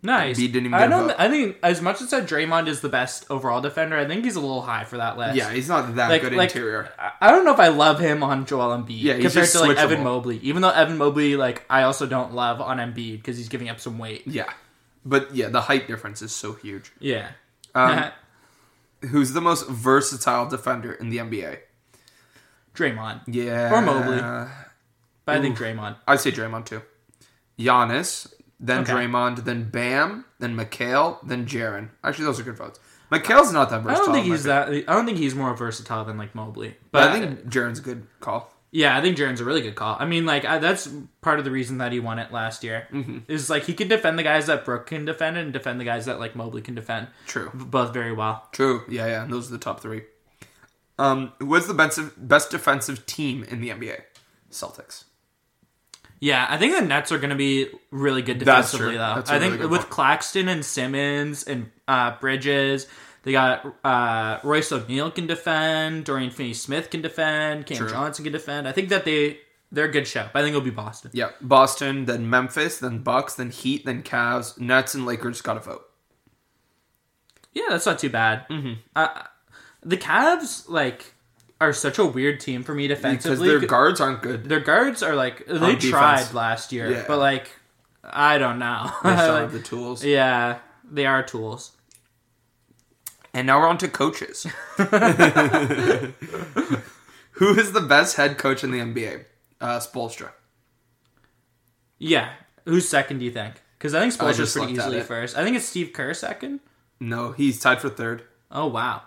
[SPEAKER 2] Nice.
[SPEAKER 1] Embiid didn't even
[SPEAKER 2] I
[SPEAKER 1] get a
[SPEAKER 2] don't.
[SPEAKER 1] vote.
[SPEAKER 2] I think as much as that Draymond is the best overall defender, I think he's a little high for that list.
[SPEAKER 1] Yeah, he's not that
[SPEAKER 2] Like-
[SPEAKER 1] good
[SPEAKER 2] like-
[SPEAKER 1] interior.
[SPEAKER 2] I- I don't know if I love him on Joel Embiid
[SPEAKER 1] Yeah, he's
[SPEAKER 2] compared
[SPEAKER 1] just
[SPEAKER 2] to like Evan
[SPEAKER 1] switchable.
[SPEAKER 2] Mobley. Even though Evan Mobley, like I also don't love on Embiid because he's giving up some weight.
[SPEAKER 1] Yeah. But yeah, the height difference is so huge.
[SPEAKER 2] Yeah.
[SPEAKER 1] Um, Who's the most versatile defender in the NBA?
[SPEAKER 2] Draymond,
[SPEAKER 1] Yeah.
[SPEAKER 2] Or Mobley. but I think Draymond.
[SPEAKER 1] I'd say Draymond too. Giannis, then
[SPEAKER 2] Okay.
[SPEAKER 1] Draymond, then Bam, then McHale, then Jaron. Actually, those are good votes. McHale's not that
[SPEAKER 2] I
[SPEAKER 1] versatile.
[SPEAKER 2] don't think
[SPEAKER 1] in my
[SPEAKER 2] he's that. I don't think he's more versatile than like Mobley.
[SPEAKER 1] But
[SPEAKER 2] But
[SPEAKER 1] I think Jaron's a good call.
[SPEAKER 2] yeah, I think Jaron's a really good call. I mean, like I, that's part of the reason that he won it last year
[SPEAKER 1] Mm-hmm.
[SPEAKER 2] is like he can defend the guys that Brooke can defend and defend the guys that like Mobley can defend
[SPEAKER 1] True.
[SPEAKER 2] b- both very well.
[SPEAKER 1] True. Yeah, yeah. Those are the top three. Um, what's the best, best defensive team in the NBA? Celtics.
[SPEAKER 2] Yeah, I think the Nets are going to be really good
[SPEAKER 1] That's
[SPEAKER 2] defensively
[SPEAKER 1] true.
[SPEAKER 2] though.
[SPEAKER 1] That's a
[SPEAKER 2] I think
[SPEAKER 1] really good
[SPEAKER 2] with
[SPEAKER 1] point.
[SPEAKER 2] Claxton and Simmons and uh, Bridges. They got uh, Royce O'Neal can defend, Dorian Finney-Smith can defend, Cam
[SPEAKER 1] True.
[SPEAKER 2] Johnson can defend. I think that they they're a good show. But I think it'll be Boston.
[SPEAKER 1] Yeah, Boston, then Memphis, then Bucks, then Heat, then Cavs, Nets, and Lakers got a vote.
[SPEAKER 2] Yeah, that's not too bad. Mm-hmm. Uh, the Cavs like are such a weird team for me
[SPEAKER 1] Because
[SPEAKER 2] defensively.
[SPEAKER 1] their
[SPEAKER 2] Their,
[SPEAKER 1] guards aren't good.
[SPEAKER 2] guards are like they
[SPEAKER 1] On defense.
[SPEAKER 2] tried last year,
[SPEAKER 1] Yeah.
[SPEAKER 2] but like I don't know.
[SPEAKER 1] They just don't have
[SPEAKER 2] Like,
[SPEAKER 1] the tools.
[SPEAKER 2] yeah, they are tools.
[SPEAKER 1] And now we're on to coaches. Who is the best head coach in the NBA? Uh, Spolstra.
[SPEAKER 2] Yeah, who's second? Do you think? Because I think
[SPEAKER 1] I
[SPEAKER 2] Spolster's
[SPEAKER 1] just
[SPEAKER 2] pretty
[SPEAKER 1] looked at
[SPEAKER 2] easily
[SPEAKER 1] it.
[SPEAKER 2] first. I think it's Steve Kerr second.
[SPEAKER 1] No, he's tied for third.
[SPEAKER 2] Oh wow,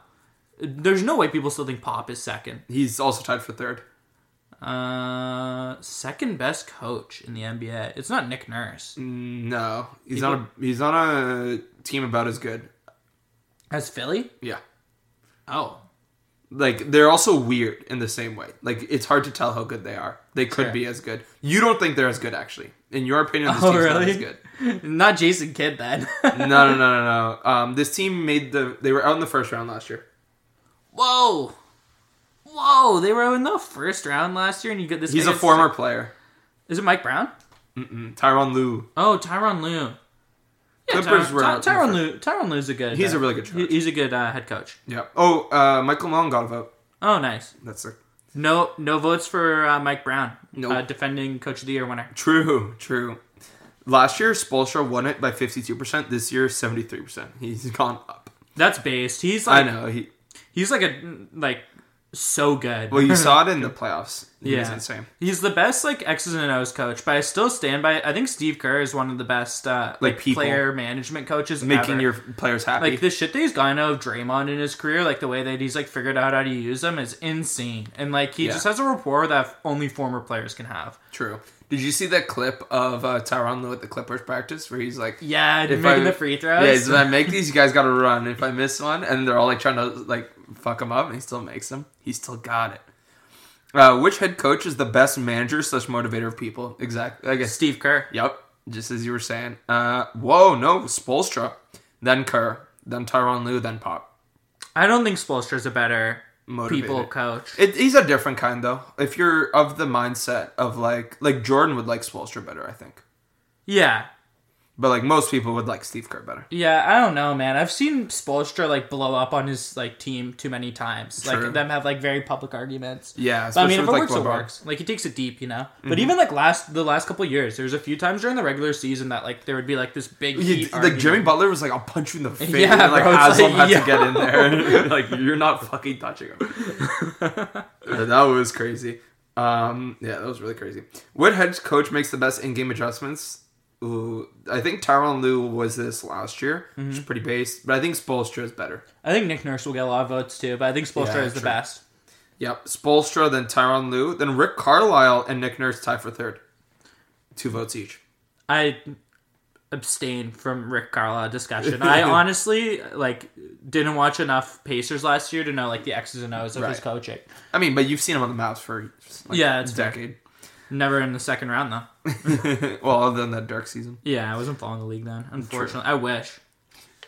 [SPEAKER 2] there's no way people still think Pop is second.
[SPEAKER 1] He's also tied for third.
[SPEAKER 2] Uh, second best coach in the NBA. It's not Nick Nurse.
[SPEAKER 1] Mm. No, he's
[SPEAKER 2] People-
[SPEAKER 1] on a he's on a team about as good.
[SPEAKER 2] As Philly?
[SPEAKER 1] Yeah,
[SPEAKER 2] Oh,
[SPEAKER 1] like they're also weird in the same way. Like it's hard to tell how good they are. They could
[SPEAKER 2] Sure.
[SPEAKER 1] be as good. You don't think they're as good actually. In your opinion, this
[SPEAKER 2] Oh,
[SPEAKER 1] team's not
[SPEAKER 2] really?
[SPEAKER 1] as good.
[SPEAKER 2] Not Jason Kidd then.
[SPEAKER 1] No, no, no, no, no. Um, this team made the they were out in the first round last year.
[SPEAKER 2] Whoa. Whoa, they were in the first round last year, and you get this.
[SPEAKER 1] He's
[SPEAKER 2] guy
[SPEAKER 1] a
[SPEAKER 2] gets-
[SPEAKER 1] former player.
[SPEAKER 2] Is it Mike Brown?
[SPEAKER 1] Mm-mm. Tyron Lou.
[SPEAKER 2] Oh, Tyron Lue. Yeah,
[SPEAKER 1] Clippers
[SPEAKER 2] Tyron,
[SPEAKER 1] were
[SPEAKER 2] Ty-
[SPEAKER 1] out in the
[SPEAKER 2] Tyron
[SPEAKER 1] fir-
[SPEAKER 2] Lue. Tyron Lue's a good.
[SPEAKER 1] He's
[SPEAKER 2] uh,
[SPEAKER 1] a really good
[SPEAKER 2] he-
[SPEAKER 1] coach.
[SPEAKER 2] He's a good uh, head coach.
[SPEAKER 1] Yeah. Oh, uh, Michael Malone got a vote.
[SPEAKER 2] Oh, nice.
[SPEAKER 1] That's a,
[SPEAKER 2] No, no votes for uh, Mike Brown.
[SPEAKER 1] Nope.
[SPEAKER 2] uh, defending Coach of the Year winner.
[SPEAKER 1] true, true. Last year, Spolstra won it by fifty-two percent. This year, seventy-three percent. He's gone up.
[SPEAKER 2] That's based. He's
[SPEAKER 1] I
[SPEAKER 2] like
[SPEAKER 1] know. He
[SPEAKER 2] he's like a like so good.
[SPEAKER 1] well, you saw it in the playoffs. He was
[SPEAKER 2] Yeah.
[SPEAKER 1] insane.
[SPEAKER 2] He's the best like X's and O's coach, but I still stand by. I think Steve Kerr is one of the best uh,
[SPEAKER 1] Like
[SPEAKER 2] like,
[SPEAKER 1] people.
[SPEAKER 2] player management coaches.
[SPEAKER 1] Making
[SPEAKER 2] ever.
[SPEAKER 1] your players happy.
[SPEAKER 2] like the shit that he's gotten out of Draymond in his career, like the way that he's like figured out how to use them is insane. And like he
[SPEAKER 1] Yeah.
[SPEAKER 2] just has a rapport that only former players can have.
[SPEAKER 1] True. Did you see that clip of uh, Tyron Lue at the Clippers practice where he's like,
[SPEAKER 2] Yeah,
[SPEAKER 1] If
[SPEAKER 2] making
[SPEAKER 1] I-
[SPEAKER 2] the free throws.
[SPEAKER 1] "Yeah, if I make these, you guys got to run. If I miss one, and they're all like trying to like fuck him up, and he still makes them. He still got it." Uh, which head coach is the best manager slash motivator of people? Exactly. I guess.
[SPEAKER 2] Steve Kerr.
[SPEAKER 1] Yep. Just as you were saying. Uh, whoa, no, Spolstra, then Kerr, then Tyron Lue, then Pop.
[SPEAKER 2] I don't think Spoelstra's a better people
[SPEAKER 1] Motivator.
[SPEAKER 2] coach.
[SPEAKER 1] It, he's a different kind though. If you're of the mindset of like, like Jordan would like Spolstra better, I think.
[SPEAKER 2] Yeah.
[SPEAKER 1] But like most people would like Steve Kerr better.
[SPEAKER 2] Yeah, I don't know, man. I've seen Spolstra like blow up on his like team too many times.
[SPEAKER 1] True.
[SPEAKER 2] Like them have like very public arguments.
[SPEAKER 1] Yeah,
[SPEAKER 2] But, I mean, if it
[SPEAKER 1] especially with, like, Mm-hmm.
[SPEAKER 2] works, it
[SPEAKER 1] LeBron.
[SPEAKER 2] works. Like he takes it deep, you know. But even like last the last couple years, there's a few times during the regular season that like there would be like this big
[SPEAKER 1] He-
[SPEAKER 2] heat
[SPEAKER 1] like
[SPEAKER 2] argument.
[SPEAKER 1] Jimmy Butler was like, "I'll punch you in the face,"
[SPEAKER 2] Yeah,
[SPEAKER 1] and like
[SPEAKER 2] bro, it's
[SPEAKER 1] Haslam
[SPEAKER 2] like,
[SPEAKER 1] had to get in there. like you're not fucking touching him. that was crazy. Um, yeah, that was really crazy. What head coach makes the best in-game adjustments? Ooh, I think Tyron Lue was this last year, which is
[SPEAKER 2] Mm-hmm.
[SPEAKER 1] pretty base, but I think Spolstra is better.
[SPEAKER 2] I think Nick Nurse will get a lot of votes too, but I think Spolstra
[SPEAKER 1] Yeah,
[SPEAKER 2] is the
[SPEAKER 1] true.
[SPEAKER 2] best.
[SPEAKER 1] Yep, Spolstra, then Tyron Lue, then Rick Carlisle and Nick Nurse tie for third, two votes each.
[SPEAKER 2] I abstain from Rick Carlisle discussion. I honestly like didn't watch enough Pacers last year to know like the X's and O's of his
[SPEAKER 1] Right.
[SPEAKER 2] coaching.
[SPEAKER 1] I mean, but you've seen him on the maps for like,
[SPEAKER 2] Yeah,
[SPEAKER 1] a
[SPEAKER 2] it's fair.
[SPEAKER 1] decade.
[SPEAKER 2] Never in the second round though.
[SPEAKER 1] well, other than that dark season.
[SPEAKER 2] Yeah, I wasn't following the league then. Unfortunately, I wish.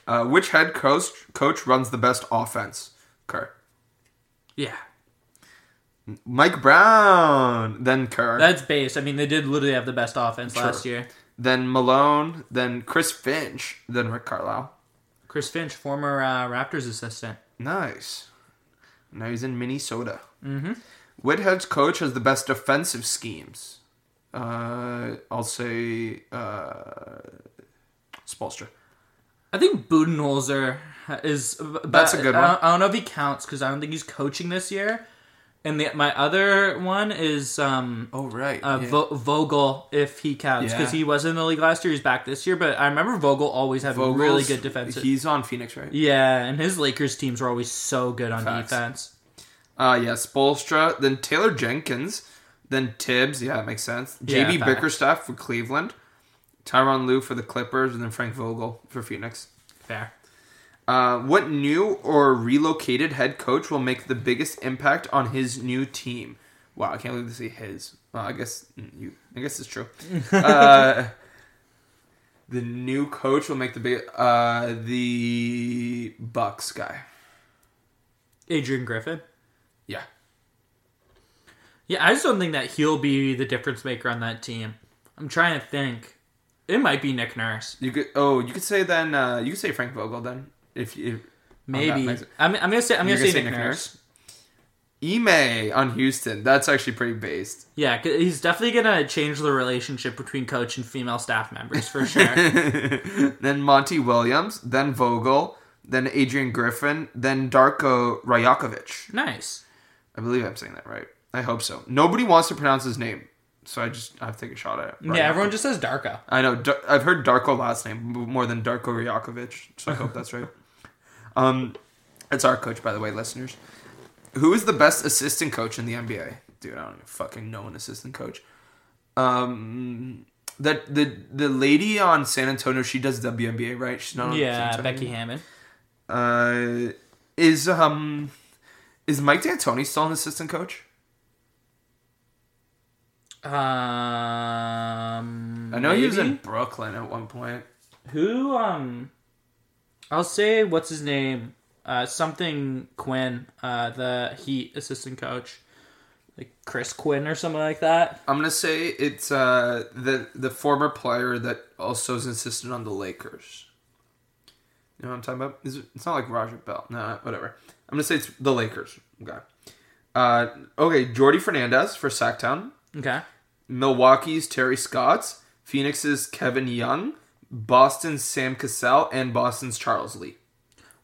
[SPEAKER 1] Uh, which head coach coach runs the best offense? Kerr.
[SPEAKER 2] Yeah,
[SPEAKER 1] Mike Brown, then Kerr,
[SPEAKER 2] that's base. I mean, they did literally have the best offense
[SPEAKER 1] True.
[SPEAKER 2] last year.
[SPEAKER 1] then Malone, then Chris Finch, then Rick Carlisle.
[SPEAKER 2] Chris Finch, former uh, Raptors assistant.
[SPEAKER 1] Nice. Now he's in Minnesota. Mm-hmm. What head coach has the best defensive schemes? Uh, I'll say uh, Spolstra.
[SPEAKER 2] I think Budenholzer is.
[SPEAKER 1] That's a good
[SPEAKER 2] I
[SPEAKER 1] one.
[SPEAKER 2] don't, I don't know if he counts because I don't think he's coaching this year. And the, my other one is um,
[SPEAKER 1] Oh right.
[SPEAKER 2] uh, Vo- Vogel, if he counts, because
[SPEAKER 1] Yeah.
[SPEAKER 2] he was in the league last year. He's back this year, but I remember Vogel always had really good defensive.
[SPEAKER 1] He's on Phoenix, right?
[SPEAKER 2] yeah, and his Lakers teams were always so good on
[SPEAKER 1] Facts.
[SPEAKER 2] defense.
[SPEAKER 1] Uh yeah, Spolstra, then Taylor Jenkins, then Tibbs, yeah, that makes sense.
[SPEAKER 2] Yeah,
[SPEAKER 1] JB
[SPEAKER 2] facts.
[SPEAKER 1] Bickerstaff for Cleveland, Tyron Lue for the Clippers, and then Frank Vogel for Phoenix.
[SPEAKER 2] Fair.
[SPEAKER 1] Uh, what new or relocated head coach will make the biggest impact on his new team? Wow, I can't believe to see his. Well, I guess mm, you. I guess it's true. uh, the new coach will make the big. Uh, the Bucks guy.
[SPEAKER 2] Adrian Griffin.
[SPEAKER 1] Yeah,
[SPEAKER 2] Yeah, I just don't think that he'll be the difference maker on that team. I'm trying to think. It might be Nick Nurse.
[SPEAKER 1] You could oh you could say then uh, you could say Frank Vogel then if you
[SPEAKER 2] Maybe.
[SPEAKER 1] makes-
[SPEAKER 2] I'm, I'm gonna say I'm
[SPEAKER 1] You're
[SPEAKER 2] gonna, say, Nick, Nurse.
[SPEAKER 1] Ime on Houston that's actually pretty based.
[SPEAKER 2] Yeah, 'cause he's definitely gonna change the relationship between coach and female staff members for sure.
[SPEAKER 1] then Monty Williams, then Vogel, then Adrian Griffin, then Darko Rajakovic.
[SPEAKER 2] nice.
[SPEAKER 1] I believe I'm saying that right. I hope so. Nobody wants to pronounce his name, so I just I have to take a shot at it. Right.
[SPEAKER 2] Yeah, everyone just says Darko.
[SPEAKER 1] I know. Dar- I've heard Darko last name m- more than Darko Ryakovich, so I hope that's right. Um, it's our coach, by the way, listeners. Who is the best assistant coach in the NBA? Dude, I don't even fucking know an assistant coach. Um, that the the lady on San Antonio, she does WNBA, right? She's not on San
[SPEAKER 2] Yeah,
[SPEAKER 1] Antonio.
[SPEAKER 2] Becky Hammond.
[SPEAKER 1] Uh, is Uh, um, Is Mike D'Antoni still an assistant coach?
[SPEAKER 2] Um,
[SPEAKER 1] I know he was
[SPEAKER 2] maybe?
[SPEAKER 1] in Brooklyn at one point.
[SPEAKER 2] who. Um, I'll say what's his name. Uh, something Quinn, uh, the Heat assistant coach, like Chris Quinn or something like that.
[SPEAKER 1] I'm gonna say it's uh, the the former player that also is insistent on the Lakers. You know what I'm talking about? Is it, it's not like Roger Bell. No, whatever. I'm gonna say it's the Lakers. Okay. Uh, okay, Jordy Fernandez for Sacktown.
[SPEAKER 2] Okay.
[SPEAKER 1] Milwaukee's Terry Scott's, Phoenix's Kevin Young, Boston's Sam Cassell, and Boston's Charles Lee.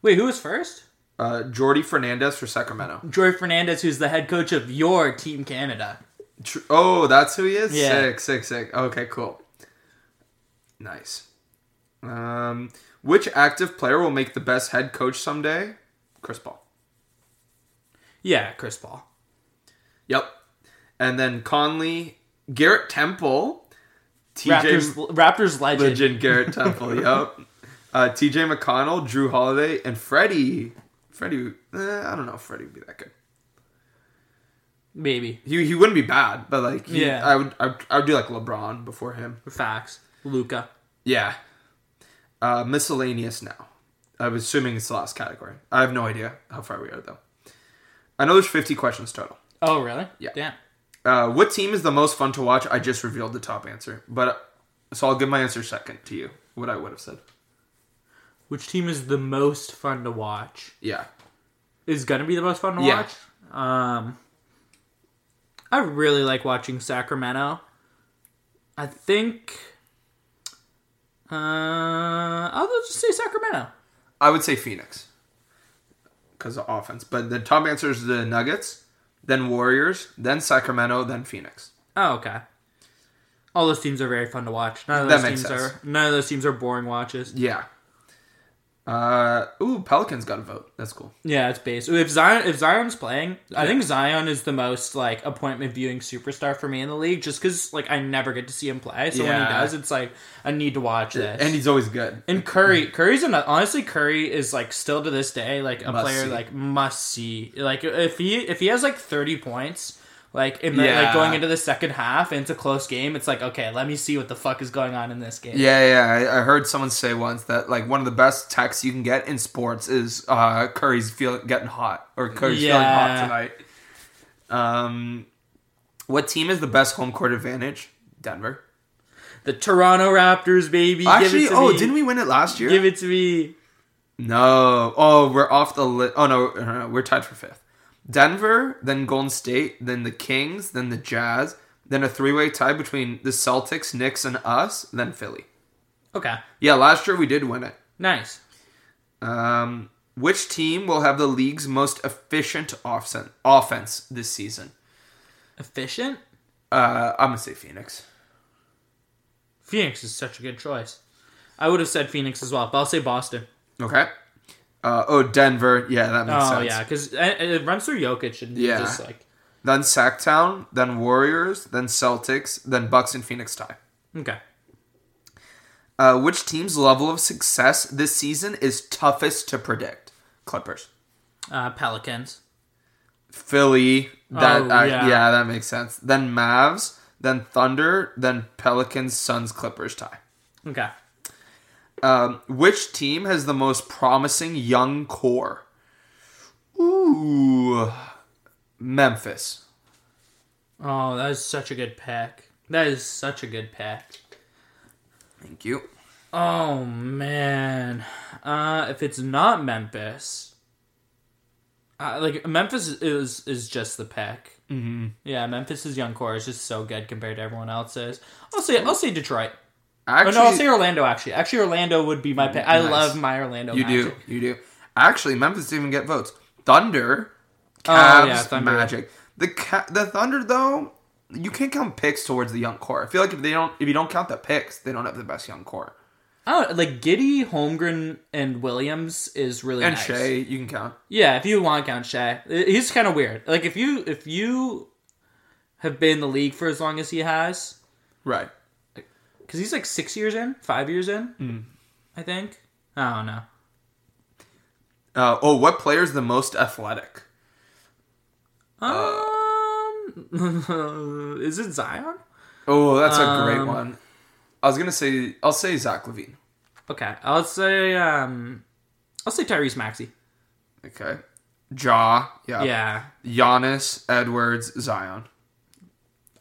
[SPEAKER 2] Wait, who was first?
[SPEAKER 1] Uh, Jordy Fernandez for Sacramento.
[SPEAKER 2] Joy Fernandez, who's the head coach of your team, Canada.
[SPEAKER 1] Tr- oh, that's who he is.
[SPEAKER 2] Yeah.
[SPEAKER 1] Sick, sick, sick. Okay, cool. Nice. Um, which active player will make the best head coach someday? Chris Paul.
[SPEAKER 2] Yeah, Chris Paul.
[SPEAKER 1] Yep. And then Conley, Garrett Temple,
[SPEAKER 2] Raptors,
[SPEAKER 1] TJ
[SPEAKER 2] Raptors legend.
[SPEAKER 1] Legend Garrett Temple. yep. Uh, TJ McConnell, Drew Holiday, and Freddie. Freddie, eh, I don't know if Freddie would be that good.
[SPEAKER 2] Maybe
[SPEAKER 1] He, he wouldn't be bad, but like he,
[SPEAKER 2] Yeah.
[SPEAKER 1] I would I would, I would do like LeBron before him.
[SPEAKER 2] facts. Luca.
[SPEAKER 1] Yeah. Uh, miscellaneous now. I'm assuming it's the last category. I have no idea how far we are though. I know there's 50 questions total.
[SPEAKER 2] Oh, really?
[SPEAKER 1] Yeah.
[SPEAKER 2] Damn.
[SPEAKER 1] Uh, what team is the most fun to watch? I just revealed the top answer, but uh, so I'll give my answer second to you. What I would have said.
[SPEAKER 2] Which team is the most fun to watch?
[SPEAKER 1] Yeah.
[SPEAKER 2] Is gonna be the most fun to
[SPEAKER 1] Yeah.
[SPEAKER 2] watch. Um, I really like watching Sacramento. I think. Uh, I'll just say Sacramento.
[SPEAKER 1] I would say Phoenix because of offense. But the top answer is the Nuggets, then Warriors, then Sacramento, then Phoenix.
[SPEAKER 2] Oh, okay. All those teams are very fun to watch. None of
[SPEAKER 1] That
[SPEAKER 2] those
[SPEAKER 1] makes
[SPEAKER 2] teams
[SPEAKER 1] sense.
[SPEAKER 2] are none of those teams are boring watches.
[SPEAKER 1] Yeah. Uh, ooh, Pelicans got a vote. That's cool.
[SPEAKER 2] Yeah, it's based. If Zion if Zion's playing, I think Zion is the most like appointment viewing superstar for me in the league just cuz like I never get to see him play. So when he
[SPEAKER 1] Yeah.
[SPEAKER 2] does, it's like I need to watch this.
[SPEAKER 1] And he's always good.
[SPEAKER 2] and Curry, Curry's an honestly Curry is like still to this day like a
[SPEAKER 1] Must
[SPEAKER 2] player
[SPEAKER 1] see.
[SPEAKER 2] like must see. Like if he if he has like 30 points like in the, like
[SPEAKER 1] Yeah.
[SPEAKER 2] going into the second half and it's a close game, it's like okay, let me see what the fuck is going on in this game.
[SPEAKER 1] Yeah, yeah. I, I heard someone say once that like one of the best texts you can get in sports is uh, Curry's feel getting hot or Curry's
[SPEAKER 2] Yeah.
[SPEAKER 1] feeling hot tonight. Um, what team is the best home court advantage? Denver.
[SPEAKER 2] The Toronto Raptors baby.
[SPEAKER 1] Actually,
[SPEAKER 2] give it to
[SPEAKER 1] oh,
[SPEAKER 2] me.
[SPEAKER 1] didn't we win it last year?
[SPEAKER 2] give it to me?
[SPEAKER 1] No. Oh, we're off the list. Oh no, no, no, we're tied for fifth. Denver, then Golden State, then the Kings, then the Jazz, then a three-way tie between the Celtics, Knicks, and us, then Philly.
[SPEAKER 2] Okay.
[SPEAKER 1] Yeah, last year we did win it.
[SPEAKER 2] Nice.
[SPEAKER 1] Um, which team will have the league's most efficient offsen- offense this season?
[SPEAKER 2] Efficient?
[SPEAKER 1] Uh, I'm gonna say Phoenix.
[SPEAKER 2] Phoenix is such a good choice. I would have said Phoenix as well, but I'll say Boston.
[SPEAKER 1] Okay. Uh, oh, Denver. Yeah, that makes
[SPEAKER 2] oh
[SPEAKER 1] sense.
[SPEAKER 2] yeah, because it runs through Jokic and yeah.
[SPEAKER 1] Yeah.
[SPEAKER 2] just like
[SPEAKER 1] Then Sacktown, then Warriors, then Celtics, then Bucks and Phoenix tie.
[SPEAKER 2] okay.
[SPEAKER 1] Uh, which team's level of success this season is toughest to predict? Clippers,
[SPEAKER 2] Uh, Pelicans.
[SPEAKER 1] Philly. That
[SPEAKER 2] Oh,
[SPEAKER 1] I-
[SPEAKER 2] yeah.
[SPEAKER 1] yeah. that makes sense. Then Mavs, then Thunder, then Pelicans, Suns, Clippers tie.
[SPEAKER 2] Okay.
[SPEAKER 1] Um, which team has the most promising young core? Ooh, Memphis.
[SPEAKER 2] Oh, that is such a good pick. That is such a good pick.
[SPEAKER 1] Thank you.
[SPEAKER 2] Oh man. Uh, if it's not Memphis, uh, like Memphis is is just the pick. Mm-hmm. Yeah, Memphis's young core is just so good compared to everyone else's. I'll say I'll say Detroit. Oh,
[SPEAKER 1] Actually,
[SPEAKER 2] no, I'll say Orlando. Actually, actually, Orlando would be my pick. I
[SPEAKER 1] Nice.
[SPEAKER 2] love my Orlando.
[SPEAKER 1] you do.
[SPEAKER 2] Magic.
[SPEAKER 1] You do. Actually, Memphis didn't even get votes. Thunder, Cavs,
[SPEAKER 2] Oh, yeah, Thunder.
[SPEAKER 1] Magic. The ca- the Thunder though, you can't count picks towards the young core. I feel like if they don't, if you don't count the picks, they don't have the best young core.
[SPEAKER 2] I don't like Giddy, Holmgren, and Williams is really
[SPEAKER 1] And
[SPEAKER 2] nice.
[SPEAKER 1] Shea, you can count.
[SPEAKER 2] Yeah, if you want to count Shea, he's kind of weird. Like if you if you have been in the league for as long as he has,
[SPEAKER 1] Right.
[SPEAKER 2] because he's like six years in, five years in, I think. I don't know.
[SPEAKER 1] Uh, oh, what player is the most athletic?
[SPEAKER 2] Um, is it Zion?
[SPEAKER 1] Oh, that's a great
[SPEAKER 2] Um,
[SPEAKER 1] one. I was gonna say I'll say Zach Levine.
[SPEAKER 2] Okay, I'll say um, I'll say Tyrese Maxey.
[SPEAKER 1] Okay. Jaw, yeah.
[SPEAKER 2] Yeah,
[SPEAKER 1] Giannis, Edwards, Zion.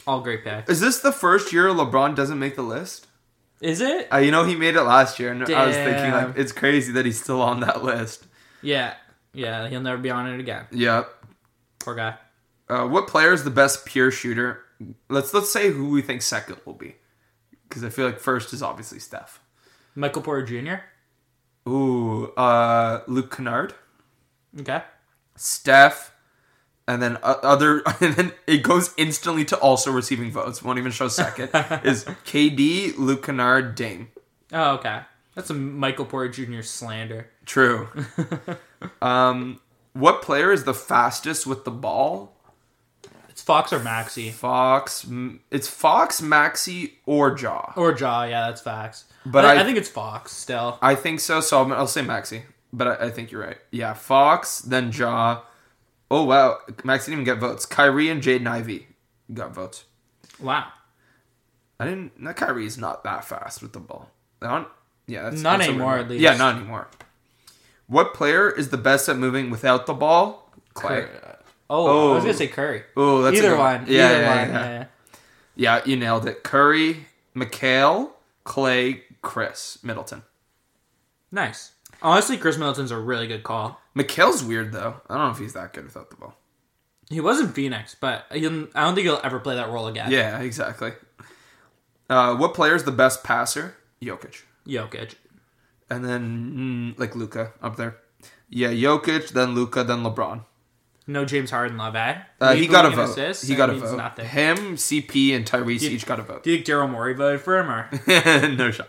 [SPEAKER 2] all great picks.
[SPEAKER 1] Is this the first year LeBron doesn't make the list?
[SPEAKER 2] Is it?
[SPEAKER 1] Uh, you know he made it last year, and I was thinking
[SPEAKER 2] Damn.
[SPEAKER 1] like it's crazy that he's still on that list.
[SPEAKER 2] Yeah, yeah. He'll never be on it again.
[SPEAKER 1] Yep.
[SPEAKER 2] Poor guy.
[SPEAKER 1] Uh, what player is the best pure shooter? Let's let's say who we think second will be, because I feel like first is obviously Steph.
[SPEAKER 2] Michael Porter Jr.
[SPEAKER 1] Ooh, uh, Luke Kennard,
[SPEAKER 2] Okay.
[SPEAKER 1] Steph, and then o- other, and then it goes instantly to also receiving votes. Won't even show second is KD, Luke Kennard, Dame.
[SPEAKER 2] Oh, okay. That's a Michael Porter Jr. slander.
[SPEAKER 1] True. um, what player is the fastest with the ball?
[SPEAKER 2] It's Fox or Maxey
[SPEAKER 1] Fox. m- It's Fox, Maxi, or Jaw.
[SPEAKER 2] or Jaw. Yeah, that's facts.
[SPEAKER 1] But
[SPEAKER 2] But I,
[SPEAKER 1] I-
[SPEAKER 2] I think it's Fox still.
[SPEAKER 1] I think so. So I'm, I'll say Maxi, but I, I think you're right. Yeah, Fox, then Jaw. Oh wow, Maxi didn't even get votes. Kyrie and Jaden Ivy got votes.
[SPEAKER 2] Wow.
[SPEAKER 1] I didn't. That Kyrie's not that fast with the ball. I don't- yeah, that's,
[SPEAKER 2] Not
[SPEAKER 1] that's a
[SPEAKER 2] anymore,
[SPEAKER 1] weird-
[SPEAKER 2] at least.
[SPEAKER 1] Yeah, not anymore. What player is the best at moving without the ball? Clay.
[SPEAKER 2] Cur- Oh, I was
[SPEAKER 1] Oh.
[SPEAKER 2] gonna say Curry.
[SPEAKER 1] Oh, that's a
[SPEAKER 2] either
[SPEAKER 1] good
[SPEAKER 2] one.
[SPEAKER 1] Yeah,
[SPEAKER 2] either
[SPEAKER 1] yeah,
[SPEAKER 2] one.
[SPEAKER 1] yeah.
[SPEAKER 2] Yeah. yeah.
[SPEAKER 1] Yeah, you nailed it. Curry, McHale, Clay, Chris Middleton.
[SPEAKER 2] Nice. Honestly, Chris Middleton's a really good call.
[SPEAKER 1] McHale's weird though. I don't know if he's that good without the ball.
[SPEAKER 2] He was in Phoenix, but he'll, I don't think he'll ever play that role again.
[SPEAKER 1] Yeah, exactly. Uh, what player is the best passer? Jokic,
[SPEAKER 2] Jokic.
[SPEAKER 1] and then mm, like Luca up there. Yeah, Jokic, then Luca, then LeBron.
[SPEAKER 2] No James Harden love, eh?
[SPEAKER 1] Uh, he
[SPEAKER 2] Lead the
[SPEAKER 1] got a
[SPEAKER 2] league in
[SPEAKER 1] vote.
[SPEAKER 2] assists,
[SPEAKER 1] he
[SPEAKER 2] and
[SPEAKER 1] got a
[SPEAKER 2] means
[SPEAKER 1] vote.
[SPEAKER 2] Nothing.
[SPEAKER 1] Him, CP, and Tyrese each got a vote.
[SPEAKER 2] Do you think Daryl Morey voted for him or?
[SPEAKER 1] no shot.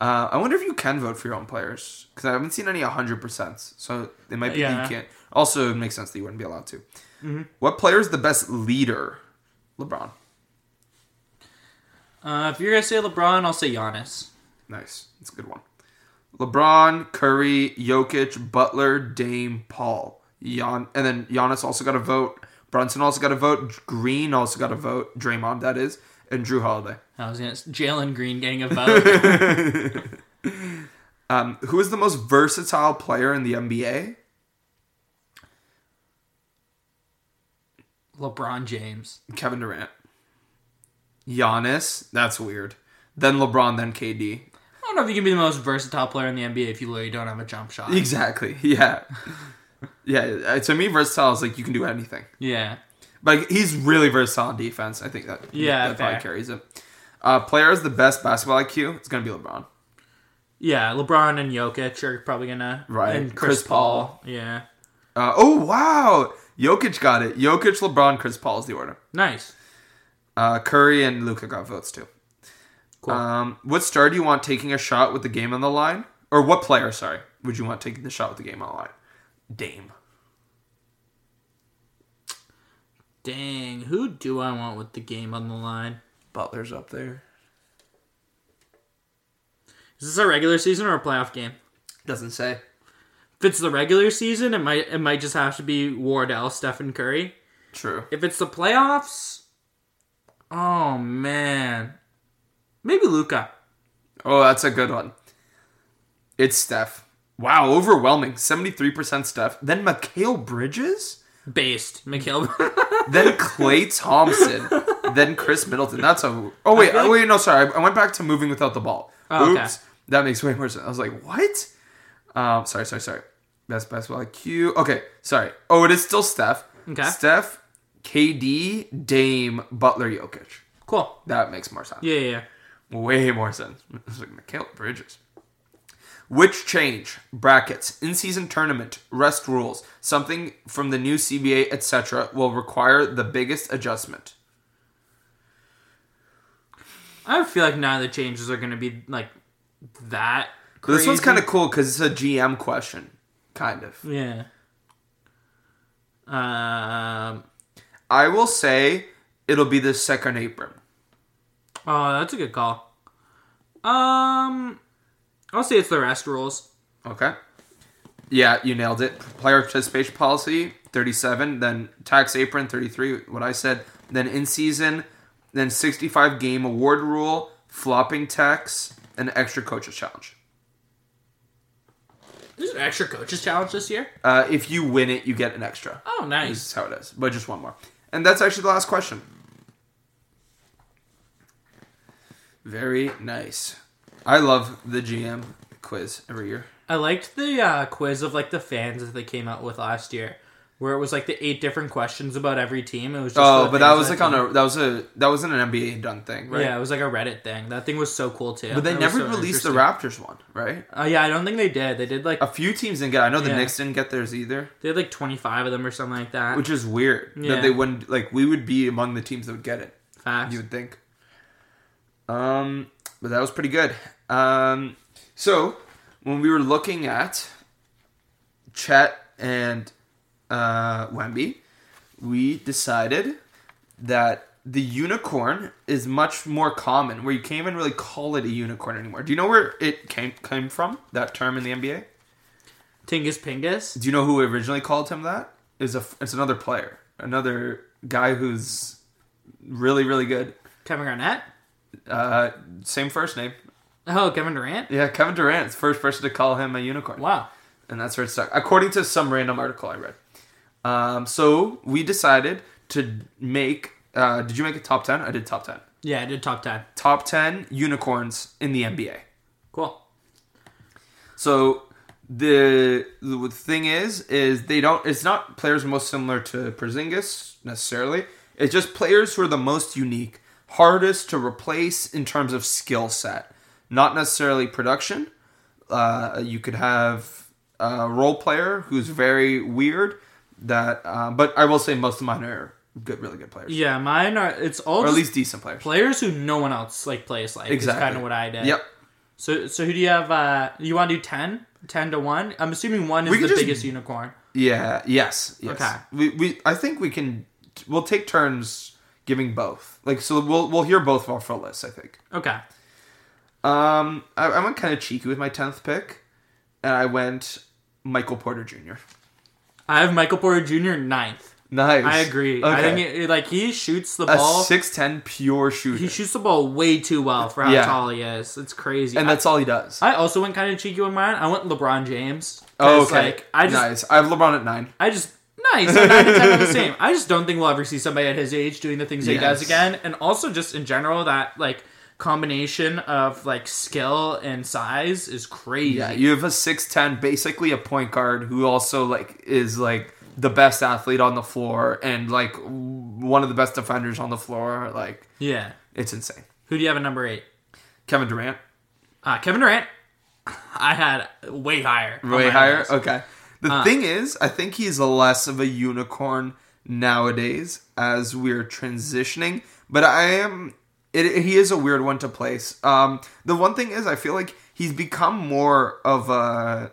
[SPEAKER 1] Uh, I wonder if you can vote for your own players because I haven't seen any 100%. So it might be
[SPEAKER 2] Yeah. Mm-hmm.
[SPEAKER 1] you can't. Also, it makes sense that you wouldn't be allowed to. What player is the best leader? LeBron.
[SPEAKER 2] Uh, if you're gonna say LeBron, I'll say Giannis.
[SPEAKER 1] Nice. That's a good one. LeBron, Curry, Jokic, Butler, Dame, Paul. Jan- and then Giannis also got a vote. Brunson also got a vote. Green also got a vote. Draymond, that is. And Drew Holiday.
[SPEAKER 2] I was gonna Jalen Green getting a vote.
[SPEAKER 1] Um, who is the most versatile player in the NBA?
[SPEAKER 2] LeBron James.
[SPEAKER 1] Kevin Durant, Giannis. That's weird. Then LeBron, then KD.
[SPEAKER 2] I don't know if you can be the most versatile player in the NBA if you literally don't have a jump shot.
[SPEAKER 1] Exactly. Yeah. yeah. uh, To me, versatile is like you can do anything.
[SPEAKER 2] Yeah.
[SPEAKER 1] But he's really versatile on defense. I think that
[SPEAKER 2] Yeah,
[SPEAKER 1] that probably
[SPEAKER 2] fair.
[SPEAKER 1] carries it. Uh, player is the best basketball IQ. It's gonna be LeBron.
[SPEAKER 2] Yeah, LeBron and Jokic are probably gonna
[SPEAKER 1] Right.
[SPEAKER 2] and
[SPEAKER 1] Chris
[SPEAKER 2] Chris, Paul. Yeah,
[SPEAKER 1] Uh, oh wow, Jokic got it. Jokic, LeBron, Chris Paul is the order.
[SPEAKER 2] nice.
[SPEAKER 1] Uh, Curry and Luca got votes too.
[SPEAKER 2] Cool.
[SPEAKER 1] Um, what star do you want taking a shot with the game on the line? Or what player, sorry, would you want taking the shot with the game on the line? Dame.
[SPEAKER 2] Dang, who do I want with the game on the line?
[SPEAKER 1] Butler's up there.
[SPEAKER 2] Is this a regular season or a playoff game?
[SPEAKER 1] Doesn't say.
[SPEAKER 2] If it's the regular season, it might it might just have to be Wardell, Stephen Curry.
[SPEAKER 1] True.
[SPEAKER 2] If it's the playoffs, oh man, maybe Luca.
[SPEAKER 1] Oh, that's a good one. It's Steph. Wow, overwhelming. 73% Steph. Then Mikhail Bridges?
[SPEAKER 2] Based, Mikhail.
[SPEAKER 1] Then Clay Thompson. then Chris Middleton. That's a. Oh, wait.
[SPEAKER 2] feel like-
[SPEAKER 1] wait, no, sorry. I- I went back to moving without the ball.
[SPEAKER 2] Oh, okay.
[SPEAKER 1] Oops. That makes way more sense. I was like, what? Um, sorry, sorry, sorry. Best basketball IQ. Okay, sorry. Oh, it is still Steph.
[SPEAKER 2] Okay.
[SPEAKER 1] Steph, KD, Dame, Butler, Jokic.
[SPEAKER 2] cool.
[SPEAKER 1] That makes more sense.
[SPEAKER 2] Yeah, yeah, yeah.
[SPEAKER 1] Way more sense. It's like Mikhail Bridges. Which change? Brackets, in-season tournament, rest rules, something from the new CBA, etc., will require the biggest adjustment.
[SPEAKER 2] I feel like none of the changes are gonna be like that.
[SPEAKER 1] But This one's
[SPEAKER 2] crazy.
[SPEAKER 1] kind of cool because it's a GM question, kind of.
[SPEAKER 2] Yeah. Um.
[SPEAKER 1] I will say it'll be the second apron.
[SPEAKER 2] Oh, that's a good call. Um, I'll say it's the rest rules.
[SPEAKER 1] Okay. Yeah, you nailed it. Player participation policy, 37. Then tax apron, 33, what I said. Then in season, then 65 game award rule, flopping tax, and extra coaches challenge.
[SPEAKER 2] There's an extra coaches challenge this year.
[SPEAKER 1] Uh, if you win it, you get an extra.
[SPEAKER 2] Oh,
[SPEAKER 1] This
[SPEAKER 2] nice.
[SPEAKER 1] is how it is. But just one more. And that's actually the last question. Very nice. I love the GM quiz every year.
[SPEAKER 2] I liked the uh, quiz of like the fans that they came out with last year, where it was like the eight different questions about every team. It was just
[SPEAKER 1] Oh,
[SPEAKER 2] the
[SPEAKER 1] but that
[SPEAKER 2] fans
[SPEAKER 1] was like
[SPEAKER 2] on that
[SPEAKER 1] on
[SPEAKER 2] team.
[SPEAKER 1] a that was a that wasn't an NBA done thing, right?
[SPEAKER 2] yeah, it was like a Reddit thing. That thing was so cool too.
[SPEAKER 1] But they
[SPEAKER 2] That was
[SPEAKER 1] never
[SPEAKER 2] so
[SPEAKER 1] released the Oh.
[SPEAKER 2] interesting.
[SPEAKER 1] Raptors one, right?
[SPEAKER 2] Uh, yeah, I don't think they did. They did like
[SPEAKER 1] A few teams didn't get. I know the
[SPEAKER 2] Yeah.
[SPEAKER 1] Knicks didn't get theirs either,
[SPEAKER 2] they had like twenty five of them or something like that.
[SPEAKER 1] which is weird
[SPEAKER 2] Yeah.
[SPEAKER 1] that they wouldn't. Like we would be among the teams that would get it.
[SPEAKER 2] Facts.
[SPEAKER 1] You would think. Um, but that was pretty good. Um, so when we were looking at Chet and uh, Wemby, we decided that the unicorn is much more common. Where you can't even really call it a unicorn anymore. Do you know where it came came from? That term in the NBA.
[SPEAKER 2] Tingus Pingus.
[SPEAKER 1] Do you know who originally called him that? Is a it's another player, another guy who's really really good.
[SPEAKER 2] Kevin Garnett.
[SPEAKER 1] Uh, same first name.
[SPEAKER 2] Oh, Kevin Durant.
[SPEAKER 1] Yeah, Kevin Durant's first person to call him a unicorn,
[SPEAKER 2] Wow.
[SPEAKER 1] and that's where it stuck, according to some random article I read. Um, so we decided to make. Uh, did you make a top ten? I did top ten.
[SPEAKER 2] Yeah, I did top ten.
[SPEAKER 1] Top ten unicorns in the NBA.
[SPEAKER 2] Cool.
[SPEAKER 1] So the the thing is, is they don't. It's not players most similar to Porzingis necessarily. It's just players who are the most unique, hardest to replace in terms of skill set, not necessarily production. Uh, you could have a role player who's very weird. That, uh, but I will say most of mine are good, really good players,
[SPEAKER 2] Yeah, mine are. It's all
[SPEAKER 1] or at
[SPEAKER 2] just
[SPEAKER 1] least decent players.
[SPEAKER 2] players who no one else like plays like. Exactly.
[SPEAKER 1] Exactly.
[SPEAKER 2] Is kind of what I did.
[SPEAKER 1] Yep.
[SPEAKER 2] So so who do you have? Uh, you want to do 10? 10 to one. I'm assuming one is
[SPEAKER 1] We
[SPEAKER 2] the
[SPEAKER 1] could just-
[SPEAKER 2] biggest unicorn.
[SPEAKER 1] Yeah. Yes. Yes.
[SPEAKER 2] Okay.
[SPEAKER 1] We, we I think we can. We'll take turns giving both. Like so, we'll we'll hear both of our full lists. I think.
[SPEAKER 2] Okay.
[SPEAKER 1] Um, I, I went kind of cheeky with my tenth pick, and I went Michael Porter Jr.
[SPEAKER 2] I have Michael Porter Jr. ninth.
[SPEAKER 1] Nice.
[SPEAKER 2] I agree. I think it, it- like he shoots the
[SPEAKER 1] a
[SPEAKER 2] ball.
[SPEAKER 1] six ten pure shooter,
[SPEAKER 2] he shoots the ball way too well for how
[SPEAKER 1] Yeah.
[SPEAKER 2] tall he is. It's crazy.
[SPEAKER 1] and
[SPEAKER 2] I-
[SPEAKER 1] that's all he does.
[SPEAKER 2] I also went kind of cheeky with mine. I went LeBron James. 'Cause,
[SPEAKER 1] oh, okay.
[SPEAKER 2] Like I just,
[SPEAKER 1] nice. I have LeBron at nine.
[SPEAKER 2] I just nice. I'm nine and ten are the same. I just don't think we'll ever see somebody at his age doing the things that he does
[SPEAKER 1] Yes.
[SPEAKER 2] again. And also, just in general, that like combination of like skill and size is crazy.
[SPEAKER 1] Yeah, you have a six ten, basically a point guard who also like is like the best athlete on the floor and like w- one of the best defenders on the floor. Like
[SPEAKER 2] Yeah.
[SPEAKER 1] it's insane.
[SPEAKER 2] Who do you have at number eight?
[SPEAKER 1] Kevin Durant,
[SPEAKER 2] Uh, Kevin Durant. I had way higher. on
[SPEAKER 1] way
[SPEAKER 2] Oh my
[SPEAKER 1] higher.
[SPEAKER 2] list.
[SPEAKER 1] Okay. The thing is, I think he's less of a unicorn nowadays as we're transitioning. But I am. It, he is a weird one to place. Um, the one thing is, I feel like he's become more of a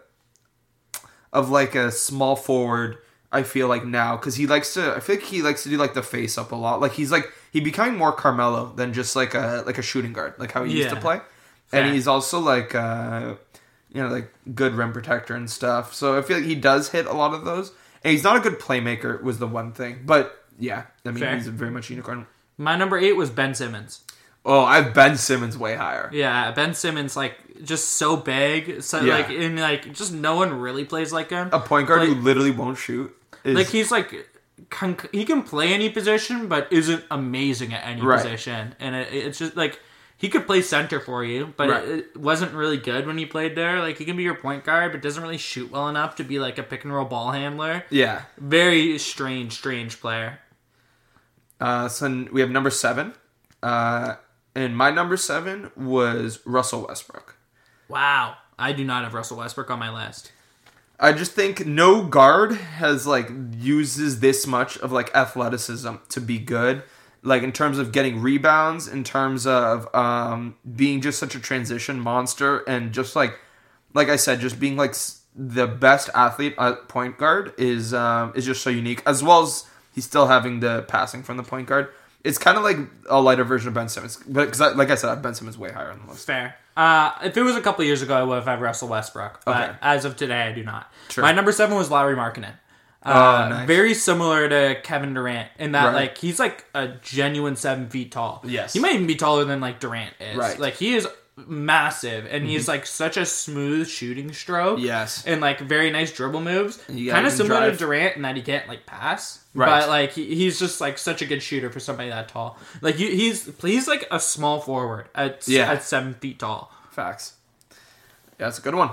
[SPEAKER 1] of like a small forward. I feel like now because he likes to. I feel like he likes to do like the face up a lot. Like he's like he becoming more Carmelo than just like a like a shooting guard, like how he used to
[SPEAKER 2] Yeah.
[SPEAKER 1] play.
[SPEAKER 2] Fair.
[SPEAKER 1] And he's also like uh, you know like good rim protector and stuff. So I feel like he does hit a lot of those. And he's not a good playmaker was the one thing, but yeah, I mean
[SPEAKER 2] Fair.
[SPEAKER 1] he's very much a unicorn.
[SPEAKER 2] My number eight was Ben Simmons.
[SPEAKER 1] Oh, I have Ben Simmons way higher.
[SPEAKER 2] Yeah, Ben Simmons like just so big. So
[SPEAKER 1] Yeah.
[SPEAKER 2] like and like just no one really plays like him.
[SPEAKER 1] A point guard
[SPEAKER 2] Like-
[SPEAKER 1] who literally won't shoot. Is,
[SPEAKER 2] like he's like can, he can play any position but isn't amazing at any
[SPEAKER 1] Right.
[SPEAKER 2] position and it, it's just like he could play center for you but
[SPEAKER 1] Right.
[SPEAKER 2] it, it wasn't really good when he played there like he can be your point guard but doesn't really shoot well enough to be like a pick and roll ball handler
[SPEAKER 1] yeah.
[SPEAKER 2] very strange strange player
[SPEAKER 1] Uh, so n- we have number seven, uh, and my number seven was Russell Westbrook.
[SPEAKER 2] wow i do not have russell westbrook on my list
[SPEAKER 1] I just think no guard has like uses this much of like athleticism to be good. Like in terms of getting rebounds, in terms of um, being just such a transition monster, and just like, like I said, just being like s- the best athlete at point guard is um, is just so unique. As well as he's still having the passing from the point guard. It's kind of like a lighter version of Ben Simmons, but because I, like I said, Ben Simmons way higher on the list.
[SPEAKER 2] Fair. Uh, if it was a couple years ago, I would have had Russell Westbrook. But
[SPEAKER 1] Okay.
[SPEAKER 2] as of today, I do not.
[SPEAKER 1] Sure.
[SPEAKER 2] My number seven was Lowry Markkinen. Uh,
[SPEAKER 1] Oh, nice.
[SPEAKER 2] Very similar to Kevin Durant in that,
[SPEAKER 1] Right.
[SPEAKER 2] like, he's like a genuine seven feet tall.
[SPEAKER 1] Yes.
[SPEAKER 2] He might even be taller than, like, Durant is.
[SPEAKER 1] Right. Mm-hmm.
[SPEAKER 2] Like, he is massive and he's, like, such a smooth shooting stroke.
[SPEAKER 1] Yes.
[SPEAKER 2] And, like, very nice dribble moves.
[SPEAKER 1] Yeah, he
[SPEAKER 2] Kind
[SPEAKER 1] can
[SPEAKER 2] of similar
[SPEAKER 1] drive.
[SPEAKER 2] to Durant in that he can't, like, pass.
[SPEAKER 1] Right.
[SPEAKER 2] But, like, he, he's just, like, such a good shooter for somebody that tall. Like, you, he's, he's, like, a small forward at,
[SPEAKER 1] Yeah.
[SPEAKER 2] at seven feet tall.
[SPEAKER 1] Facts. Yeah, that's a good one.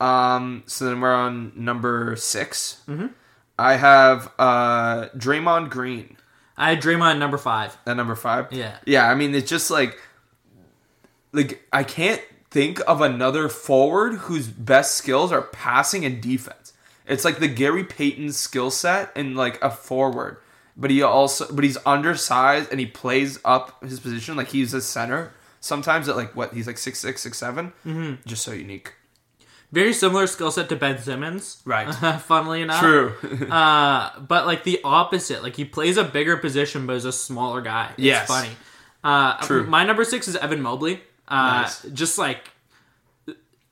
[SPEAKER 1] Um, so then we're on number 6 Mm-hmm. I have uh, Draymond Green
[SPEAKER 2] I had Draymond at number five.
[SPEAKER 1] at number five.
[SPEAKER 2] Yeah.
[SPEAKER 1] Yeah, I mean, it's just like, like I can't think of another forward whose best skills are passing and defense. It's like the Gary Payton skill set and like a forward, but he also but he's undersized and he plays up his position like he's a center sometimes at like what he's like six six six seven. Mm-hmm. Just so unique.
[SPEAKER 2] Very similar skill set to Ben Simmons.
[SPEAKER 1] Right.
[SPEAKER 2] Funnily enough.
[SPEAKER 1] True.
[SPEAKER 2] Uh, but like the opposite. Like he plays a bigger position but is a smaller guy. It's
[SPEAKER 1] Yes.
[SPEAKER 2] funny. Uh,
[SPEAKER 1] True.
[SPEAKER 2] My number six is Evan Mobley. Uh,
[SPEAKER 1] Nice.
[SPEAKER 2] Just like.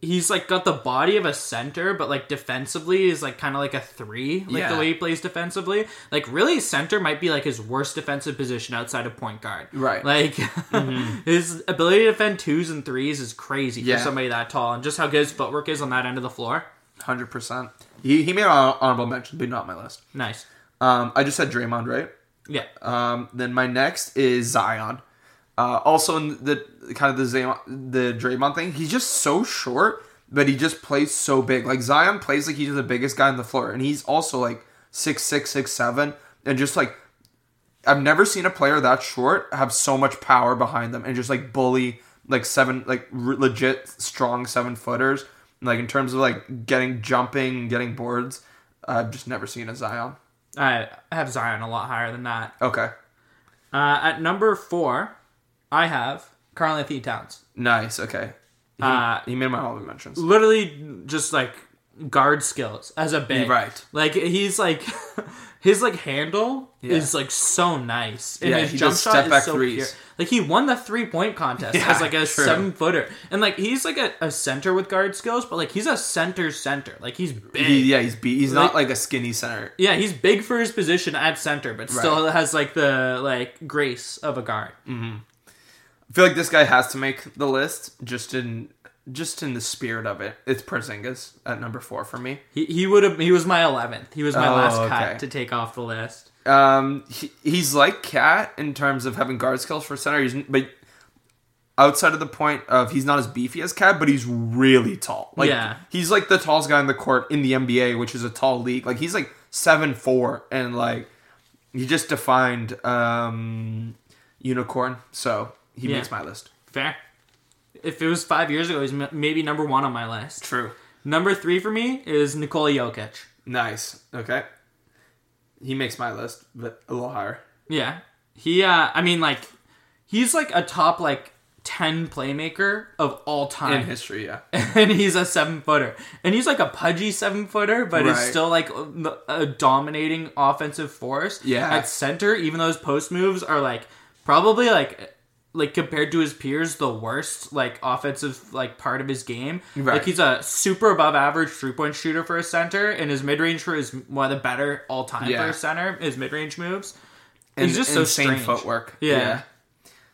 [SPEAKER 2] He's like got the body of a center, but like defensively is like kind of like a three, like
[SPEAKER 1] Yeah.
[SPEAKER 2] the way he plays defensively. Like really, center might be like his worst defensive position outside of point guard.
[SPEAKER 1] Right.
[SPEAKER 2] Like his ability to defend twos and threes is crazy
[SPEAKER 1] Yeah.
[SPEAKER 2] for somebody that tall, and just how good his footwork is on that end of the floor.
[SPEAKER 1] Hundred percent. He he made an honorable mention, but not my list.
[SPEAKER 2] Nice.
[SPEAKER 1] Um, I just said Draymond, right?
[SPEAKER 2] Yeah.
[SPEAKER 1] Um, then my next is Zion. Uh, also in the kind of the Zion, the Draymond thing, he's just so short, but he just plays so big. Like Zion plays like he's the biggest guy on the floor, and he's also like six six six seven, and just like I've never seen a player that short have so much power behind them and just like bully like seven like r- legit strong seven footers. Like in terms of like getting jumping, getting boards, I've just never seen a Zion.
[SPEAKER 2] I have Zion a lot higher than that.
[SPEAKER 1] Okay,
[SPEAKER 2] Uh, at number four, I have Carl Anthony Towns.
[SPEAKER 1] nice. Okay,
[SPEAKER 2] Uh,
[SPEAKER 1] He made my honorable mentions.
[SPEAKER 2] literally just like guard skills as a big.
[SPEAKER 1] Right.
[SPEAKER 2] Like he's like his like handle
[SPEAKER 1] Yeah.
[SPEAKER 2] is like so nice. And
[SPEAKER 1] Yeah,
[SPEAKER 2] his
[SPEAKER 1] he
[SPEAKER 2] jump
[SPEAKER 1] does
[SPEAKER 2] shot
[SPEAKER 1] step
[SPEAKER 2] is
[SPEAKER 1] back
[SPEAKER 2] so
[SPEAKER 1] threes.
[SPEAKER 2] pure. Like he won the three point contest
[SPEAKER 1] Yeah,
[SPEAKER 2] as like a
[SPEAKER 1] true.
[SPEAKER 2] seven footer. And like he's like a, a center with guard skills, but like he's a center center. Like he's big.
[SPEAKER 1] He, yeah, he's be- he's not
[SPEAKER 2] Like-
[SPEAKER 1] like a skinny center.
[SPEAKER 2] yeah, he's big for his position at center, but still has like the like grace of a guard.
[SPEAKER 1] I feel like this guy has to make the list just in just in the spirit of it. It's Porzingis at number four for me.
[SPEAKER 2] He, he would have he was my eleventh. He was my
[SPEAKER 1] Oh,
[SPEAKER 2] last
[SPEAKER 1] okay.
[SPEAKER 2] cut to take off the list.
[SPEAKER 1] Um, he, he's like Cat in terms of having guard skills for center. He's but outside of the point of he's not as beefy as Cat, but he's really tall. Like
[SPEAKER 2] Yeah.
[SPEAKER 1] he's like the tallest guy in the court in the NBA, which is a tall league. Like he's like seven four and like he just defined um unicorn. So he
[SPEAKER 2] Yeah.
[SPEAKER 1] makes my list.
[SPEAKER 2] Fair. If it was five years ago, he's m- maybe number one on my list.
[SPEAKER 1] True.
[SPEAKER 2] Number three for me is Nikola Jokic.
[SPEAKER 1] Nice. Okay. He makes my list, but a little higher.
[SPEAKER 2] Yeah, he. uh I mean, like, he's like a top like ten playmaker of all
[SPEAKER 1] In
[SPEAKER 2] time,
[SPEAKER 1] history, yeah.
[SPEAKER 2] and he's a seven footer, and he's like a pudgy seven footer, but is
[SPEAKER 1] Right.
[SPEAKER 2] still like a, a dominating offensive force.
[SPEAKER 1] Yeah.
[SPEAKER 2] at center, even though his post moves are like probably like like compared to his peers the worst like offensive like part of his game
[SPEAKER 1] Right.
[SPEAKER 2] like he's a super above average three-point shooter for a center and his mid-range for is one of the better all-time
[SPEAKER 1] Yeah.
[SPEAKER 2] for a center his mid-range moves
[SPEAKER 1] And
[SPEAKER 2] he's just so
[SPEAKER 1] insane
[SPEAKER 2] strange
[SPEAKER 1] footwork.
[SPEAKER 2] Yeah.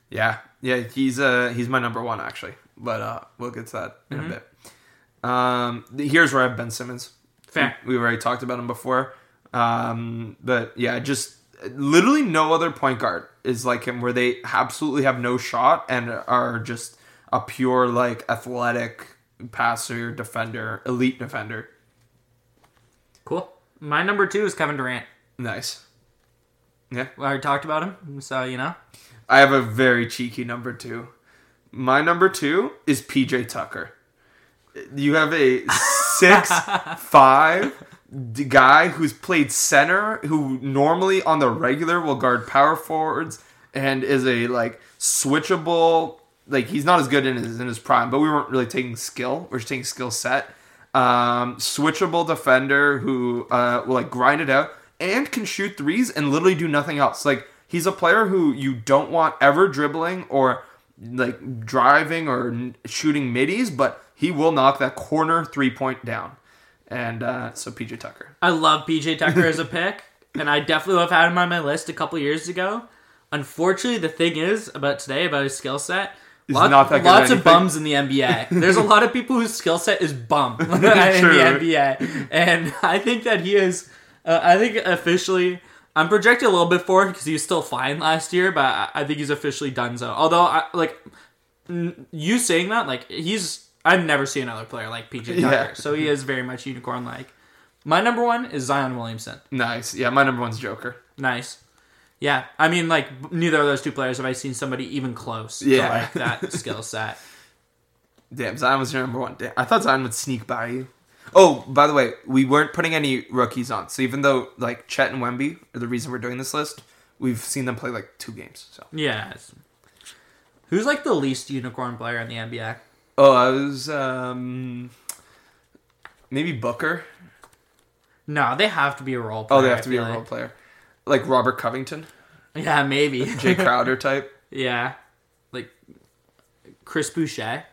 [SPEAKER 1] yeah. Yeah. Yeah, He's uh he's my number one actually. But uh we'll get to that in
[SPEAKER 2] Mm-hmm.
[SPEAKER 1] a bit. Um th- here's where I have Ben Simmons.
[SPEAKER 2] Fair.
[SPEAKER 1] We, we've already talked about him before. Um but yeah, just uh, literally no other point guard is like him where they absolutely have no shot and are just a pure like athletic passer, defender, elite defender.
[SPEAKER 2] cool my number two is kevin durant
[SPEAKER 1] Nice. Yeah.
[SPEAKER 2] i already talked about him so you know
[SPEAKER 1] I have a very cheeky number two. My number two is PJ Tucker. You have a six five d- guy who's played center, who normally on the regular will guard power forwards, and is a like switchable. Like he's not as good in his in his prime, but we weren't really taking skill. We're just taking skill set. Um, switchable defender who uh, will like grind it out and can shoot threes and literally do nothing else. Like He's a player who you don't want ever dribbling or like driving or n- shooting middies, but he will knock that corner three point down. And uh, so PJ Tucker.
[SPEAKER 2] I love PJ Tucker as a pick, and I definitely would have had him on my list a couple years ago. Unfortunately, the thing is about today about his skill set. lot-
[SPEAKER 1] not that good at
[SPEAKER 2] lots of
[SPEAKER 1] anything.
[SPEAKER 2] bums in the NBA. There's a lot of people whose skill set is bum in the NBA, and I think that he is. Uh, I think officially, I'm projected a little bit forward because he was still fine last year, but I, I think he's officially done so. Although, I, like n- you saying that, like he's, I've never seen another player like PJ Tucker,
[SPEAKER 1] Yeah.
[SPEAKER 2] so he is very much unicorn like. My number one is Zion Williamson.
[SPEAKER 1] Nice. Yeah, my number one's Joker.
[SPEAKER 2] Nice. Yeah, I mean, like neither of those two players have I seen somebody even close
[SPEAKER 1] Yeah.
[SPEAKER 2] to like that skill set.
[SPEAKER 1] Damn, Zion was your number one. Damn, I thought Zion would sneak by you. Oh, by the way, we weren't putting any rookies on. So even though like Chet and Wemby are the reason we're doing this list, we've seen them play like two games. So
[SPEAKER 2] Yeah. it's- Who's like the least unicorn player in the NBA?
[SPEAKER 1] oh, I was um maybe Booker.
[SPEAKER 2] No, they have to be a role player.
[SPEAKER 1] Oh, they
[SPEAKER 2] I
[SPEAKER 1] have to be a
[SPEAKER 2] feel
[SPEAKER 1] role
[SPEAKER 2] like.
[SPEAKER 1] player, like Robert Covington,
[SPEAKER 2] Yeah, maybe.
[SPEAKER 1] Jay Crowder type.
[SPEAKER 2] yeah. Like Chris Boucher.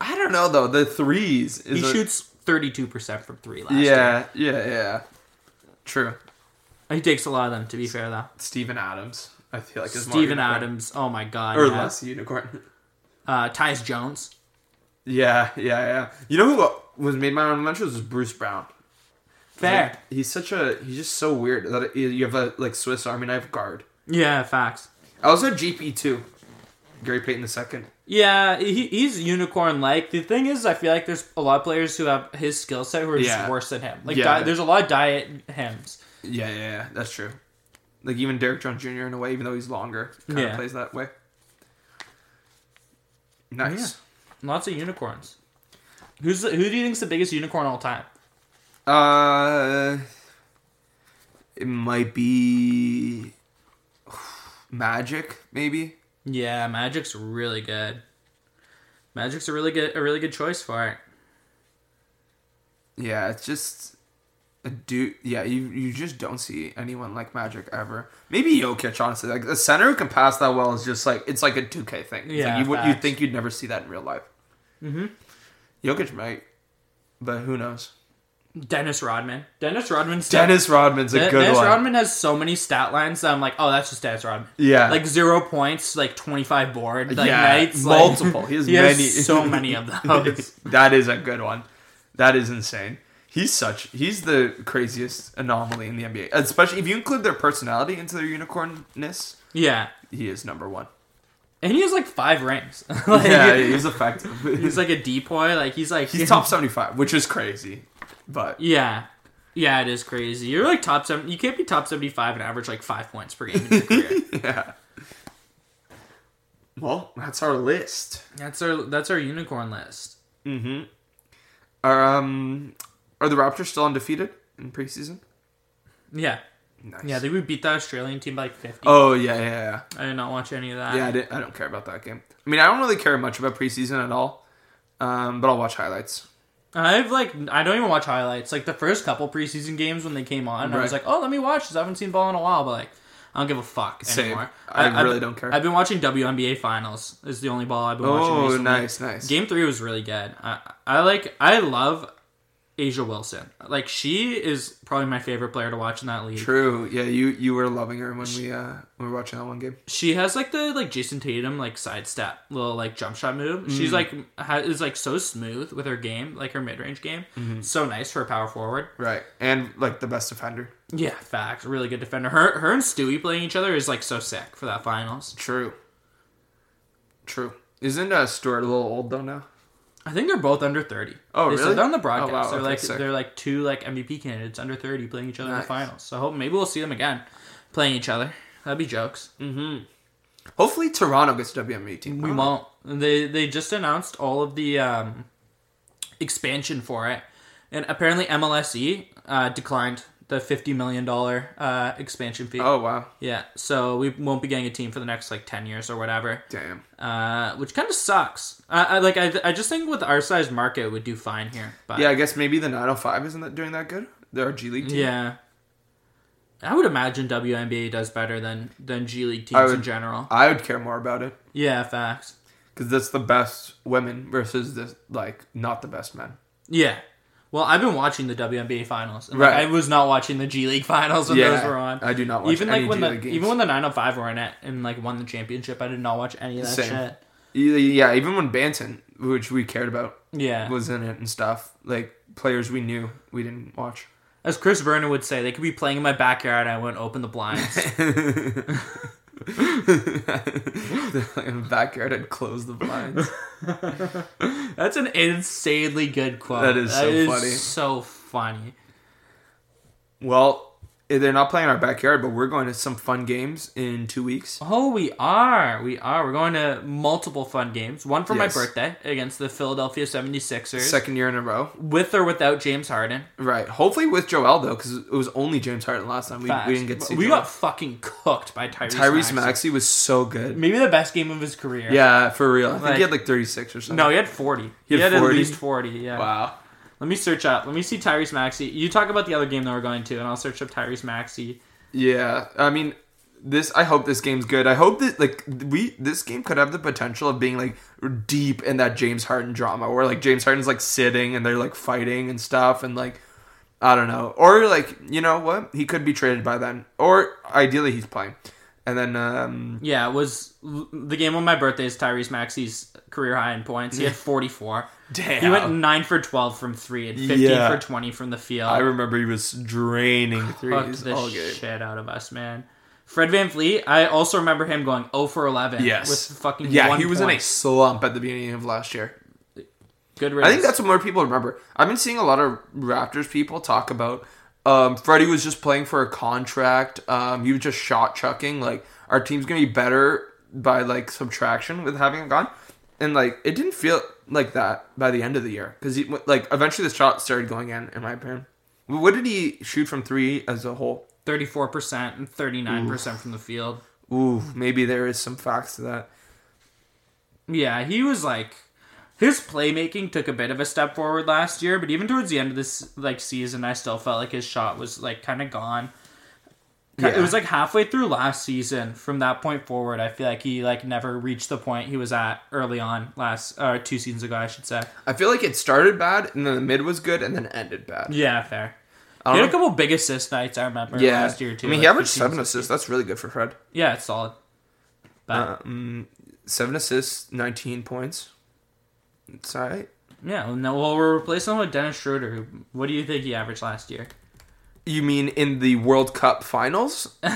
[SPEAKER 1] I don't know though. The threes is
[SPEAKER 2] He
[SPEAKER 1] a-
[SPEAKER 2] shoots 32% from three last year.
[SPEAKER 1] Yeah, yeah, yeah. True.
[SPEAKER 2] He takes a lot of them, to be fair, though.
[SPEAKER 1] Steven Adams. I feel like is more
[SPEAKER 2] Steven
[SPEAKER 1] unicorn.
[SPEAKER 2] Adams. Oh, my God.
[SPEAKER 1] or
[SPEAKER 2] yeah.
[SPEAKER 1] less unicorn.
[SPEAKER 2] Uh, Tyus Jones.
[SPEAKER 1] Yeah, yeah, yeah. You know who was made my honorable was Bruce Brown.
[SPEAKER 2] Fair.
[SPEAKER 1] Like, he's such a he's just so weird that it- you have a like Swiss Army knife guard.
[SPEAKER 2] Yeah, facts.
[SPEAKER 1] I also GP two, Gary Payton the second.
[SPEAKER 2] Yeah, he, he's unicorn like. The thing is, I feel like there's a lot of players who have his skill set who are
[SPEAKER 1] Yeah.
[SPEAKER 2] just worse than him. Like,
[SPEAKER 1] Yeah.
[SPEAKER 2] di- there's a lot of diet hymns.
[SPEAKER 1] Yeah, yeah, yeah, that's true. Like even Derek Jones Jr. in a way, even though he's longer, kind of
[SPEAKER 2] Yeah.
[SPEAKER 1] plays that way. Nice.
[SPEAKER 2] Lots of unicorns. Who's the, who do you think's the biggest unicorn of all time?
[SPEAKER 1] Uh, it might be Magic, maybe.
[SPEAKER 2] Yeah, Magic's really good. Magic's a really good a really good choice for it.
[SPEAKER 1] Yeah, it's just a dude. Yeah, you you just don't see anyone like Magic ever. Maybe Jokic, honestly. Like the center who can pass that well is just like it's like a two K thing. It's like,
[SPEAKER 2] Yeah,
[SPEAKER 1] you would you
[SPEAKER 2] facts.
[SPEAKER 1] think you'd never see that in real life. Mm-hmm. Jokic might, but who knows?
[SPEAKER 2] Dennis Rodman. Dennis Rodman's
[SPEAKER 1] Dennis Rodman's a
[SPEAKER 2] De-
[SPEAKER 1] good
[SPEAKER 2] Dennis
[SPEAKER 1] one.
[SPEAKER 2] Rodman has so many stat lines that I'm like, oh, that's just Dennis Rodman.
[SPEAKER 1] yeah,
[SPEAKER 2] Like zero points, like twenty five board, like
[SPEAKER 1] yeah,
[SPEAKER 2] nights, like-
[SPEAKER 1] multiple. he has
[SPEAKER 2] he
[SPEAKER 1] many.
[SPEAKER 2] has so many of those.
[SPEAKER 1] that is a good one. That is insane. He's such. He's the craziest anomaly in the NBA, especially if you include their personality into their unicornness.
[SPEAKER 2] Yeah.
[SPEAKER 1] He is number one.
[SPEAKER 2] And he has like five rings. like,
[SPEAKER 1] yeah, he's effective.
[SPEAKER 2] He's like a depoy. Like he's like
[SPEAKER 1] he's top seventy five, which is crazy. But
[SPEAKER 2] Yeah. Yeah, it is crazy. You're like top seven. You can't be top seventy five and average like five points per game in your career.
[SPEAKER 1] yeah. Well, that's our list.
[SPEAKER 2] That's our that's our unicorn list. Mm-hmm.
[SPEAKER 1] Are um are the Raptors still undefeated in preseason?
[SPEAKER 2] Yeah.
[SPEAKER 1] Nice.
[SPEAKER 2] Yeah, I think we beat that Australian team by like fifty.
[SPEAKER 1] oh yeah, yeah, yeah.
[SPEAKER 2] I did not watch any of that.
[SPEAKER 1] Yeah, I, didn't, I don't care about that game. I mean, I don't really care much about preseason at all. Um, but I'll watch highlights.
[SPEAKER 2] I've like I don't even watch highlights. Like the first couple preseason games when they came on, I was
[SPEAKER 1] Right.
[SPEAKER 2] like, oh, let me watch this. I haven't seen ball in a while, but like I don't give a fuck
[SPEAKER 1] Same.
[SPEAKER 2] anymore.
[SPEAKER 1] I
[SPEAKER 2] I've-
[SPEAKER 1] really don't care.
[SPEAKER 2] I've been watching WNBA finals. Is the only ball I've been watching.
[SPEAKER 1] Oh,
[SPEAKER 2] recently.
[SPEAKER 1] nice, nice.
[SPEAKER 2] Game three was really good. I, I like I love Asia Wilson. Like she is probably my favorite player to watch in that league.
[SPEAKER 1] True. Yeah, you you were loving her when we uh when we were watching that one game.
[SPEAKER 2] She has like the like Jason Tatum like sidestep little like jump shot move.
[SPEAKER 1] Mm.
[SPEAKER 2] She's like ha- is like so smooth with her game, like her mid range game.
[SPEAKER 1] Mm-hmm.
[SPEAKER 2] So nice for a power forward.
[SPEAKER 1] Right, and like the best defender.
[SPEAKER 2] Yeah, facts. Really good defender. Her her and Stewie playing each other is like so sick for that finals.
[SPEAKER 1] True. True. Isn't uh, Stuart a little old though now?
[SPEAKER 2] I think they're both under thirty.
[SPEAKER 1] Oh,
[SPEAKER 2] they
[SPEAKER 1] really?
[SPEAKER 2] Said that on the
[SPEAKER 1] Oh,
[SPEAKER 2] broadcast.
[SPEAKER 1] wow.
[SPEAKER 2] They're
[SPEAKER 1] Okay,
[SPEAKER 2] like
[SPEAKER 1] sick.
[SPEAKER 2] they're like two like MVP candidates under thirty playing each other in the
[SPEAKER 1] Nice.
[SPEAKER 2] finals. So hope maybe we'll see them again playing each other. That'd be jokes.
[SPEAKER 1] Hopefully Toronto gets WNBA team.
[SPEAKER 2] We won't. They they just announced all of the um, expansion for it, and apparently MLSE uh, declined the fifty million dollar uh, expansion fee.
[SPEAKER 1] Oh wow,
[SPEAKER 2] Yeah, so we won't be getting a team for the next like ten years or whatever.
[SPEAKER 1] damn.
[SPEAKER 2] uh, which kind of sucks. I, I like. I, I just think with our size market, it would do fine here. But
[SPEAKER 1] oh Yeah, I guess maybe the 905 isn't that doing that good. The G League team.
[SPEAKER 2] yeah. I would imagine WNBA does better than than G League teams in
[SPEAKER 1] would-
[SPEAKER 2] general.
[SPEAKER 1] I would care more about it
[SPEAKER 2] Yeah, facts.
[SPEAKER 1] because that's the best women versus the like not the best men.
[SPEAKER 2] Yeah. Well, I've been watching the WNBA finals. And, like,
[SPEAKER 1] Right.
[SPEAKER 2] I was not watching the G League finals when those were on.
[SPEAKER 1] I do not watch
[SPEAKER 2] even
[SPEAKER 1] any
[SPEAKER 2] like when
[SPEAKER 1] G
[SPEAKER 2] the
[SPEAKER 1] League games.
[SPEAKER 2] even when the 905 were in it and like won the championship, I did not watch any of that
[SPEAKER 1] Same.
[SPEAKER 2] shit.
[SPEAKER 1] E, yeah, even when Banton, which we cared about,
[SPEAKER 2] Yeah.
[SPEAKER 1] was in it and stuff. Like players we knew, we didn't watch.
[SPEAKER 2] As Chris Vernon would say, they could be playing in my backyard. I wouldn't open the blinds.
[SPEAKER 1] in the backyard, I'd close the blinds.
[SPEAKER 2] That's an insanely good quote.
[SPEAKER 1] That is so funny.
[SPEAKER 2] So funny.
[SPEAKER 1] well, they're not playing our backyard, but we're going to some fun games in two weeks.
[SPEAKER 2] Oh, we are. We are. We're going to multiple fun games. One for
[SPEAKER 1] Yes.
[SPEAKER 2] my birthday against the Philadelphia 76ers.
[SPEAKER 1] Second year in a row,
[SPEAKER 2] with or without James Harden.
[SPEAKER 1] right? Hopefully with Joel though, because it was only James Harden last time. We,
[SPEAKER 2] Facts.
[SPEAKER 1] we didn't get to see
[SPEAKER 2] We
[SPEAKER 1] Joel.
[SPEAKER 2] got fucking cooked by Tyrese.
[SPEAKER 1] Tyrese
[SPEAKER 2] Maxey.
[SPEAKER 1] Maxey was so good.
[SPEAKER 2] Maybe the best game of his career.
[SPEAKER 1] Yeah, for real. I think
[SPEAKER 2] Like-
[SPEAKER 1] he had like 36 or something.
[SPEAKER 2] No, he had 40. He
[SPEAKER 1] He
[SPEAKER 2] had,
[SPEAKER 1] had
[SPEAKER 2] at
[SPEAKER 1] 40?
[SPEAKER 2] least 40, yeah.
[SPEAKER 1] Wow.
[SPEAKER 2] Let me search up. Let me see Tyrese Maxey. You talk about the other game that we're going to, and I'll search up Tyrese Maxey.
[SPEAKER 1] Yeah, I mean, this. I hope this game's good. I hope that like we this game could have the potential of being like deep in that James Harden drama, where like James Harden's like sitting and they're like fighting and stuff, and like I don't know, or like you know what, he could be traded by then, or ideally he's playing, and then um
[SPEAKER 2] Yeah, it was the game on my birthday is Tyrese Maxey's career high in points. He had 44.
[SPEAKER 1] damn,
[SPEAKER 2] He went 9 for 12 from 3 and 15
[SPEAKER 1] Yeah.
[SPEAKER 2] for 20 from the field.
[SPEAKER 1] I remember he was draining
[SPEAKER 2] Fucked
[SPEAKER 1] threes
[SPEAKER 2] the
[SPEAKER 1] all game.
[SPEAKER 2] shit out of us, man. Fred Van Vliet, I also remember him going 0 for 11
[SPEAKER 1] Yes.
[SPEAKER 2] with fucking
[SPEAKER 1] Yeah,
[SPEAKER 2] one
[SPEAKER 1] he was
[SPEAKER 2] point.
[SPEAKER 1] in a slump at the beginning of last year.
[SPEAKER 2] good
[SPEAKER 1] I
[SPEAKER 2] riddance.
[SPEAKER 1] think that's what more people remember. I've been seeing a lot of Raptors people talk about um, Freddie was just playing for a contract. Um, he was just shot chucking. Like our team's gonna be better by like subtraction with having him gone, and like it didn't feel like that by the end of the year because like eventually the shot started going in. In my opinion, what did he shoot from three as a whole?
[SPEAKER 2] 34% and 39% from the field.
[SPEAKER 1] Ooh, maybe there is some facts to that.
[SPEAKER 2] Yeah, he was like his playmaking took a bit of a step forward last year, but even towards the end of this like season, I still felt like his shot was like kind of gone. Ki-
[SPEAKER 1] Yeah.
[SPEAKER 2] It was like halfway through last season. From that point forward, I feel like he like never reached the point he was at early on last uh, two seasons ago, I should say.
[SPEAKER 1] I feel like it started bad and then the mid was good and then ended bad.
[SPEAKER 2] Yeah, fair.
[SPEAKER 1] I don't
[SPEAKER 2] He had a
[SPEAKER 1] know.
[SPEAKER 2] couple big assist nights I remember
[SPEAKER 1] Um, Yeah,
[SPEAKER 2] last year too.
[SPEAKER 1] I mean, he
[SPEAKER 2] like,
[SPEAKER 1] averaged
[SPEAKER 2] 15,
[SPEAKER 1] seven
[SPEAKER 2] 16.
[SPEAKER 1] assists. That's really good for Fred.
[SPEAKER 2] Yeah, it's solid. But
[SPEAKER 1] Um, seven assists, nineteen points. It's all right.
[SPEAKER 2] yeah, well, no, well, we're replacing him with Dennis Schroeder. who- What do you think he averaged last year?
[SPEAKER 1] You mean in the World Cup Finals? uh,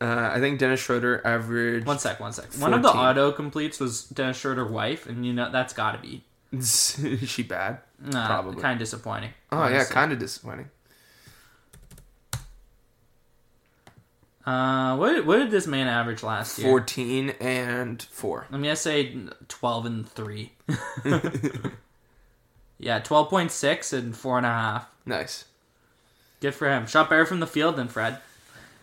[SPEAKER 1] I think Dennis Schroeder averaged.
[SPEAKER 2] One sec, one sec. One of the
[SPEAKER 1] 14.
[SPEAKER 2] auto completes was Dennis Schroeder wife, and you know that's got to be
[SPEAKER 1] Is she bad?
[SPEAKER 2] nah,
[SPEAKER 1] Probably.
[SPEAKER 2] kind of disappointing.
[SPEAKER 1] Oh yeah,
[SPEAKER 2] honestly.
[SPEAKER 1] kind of disappointing.
[SPEAKER 2] Uh, what did- what did this man average last year?
[SPEAKER 1] Fourteen and four.
[SPEAKER 2] I'm gonna say twelve and three. yeah, twelve point six and four and a half.
[SPEAKER 1] Nice.
[SPEAKER 2] Good for him. Shot better from the field than Fred.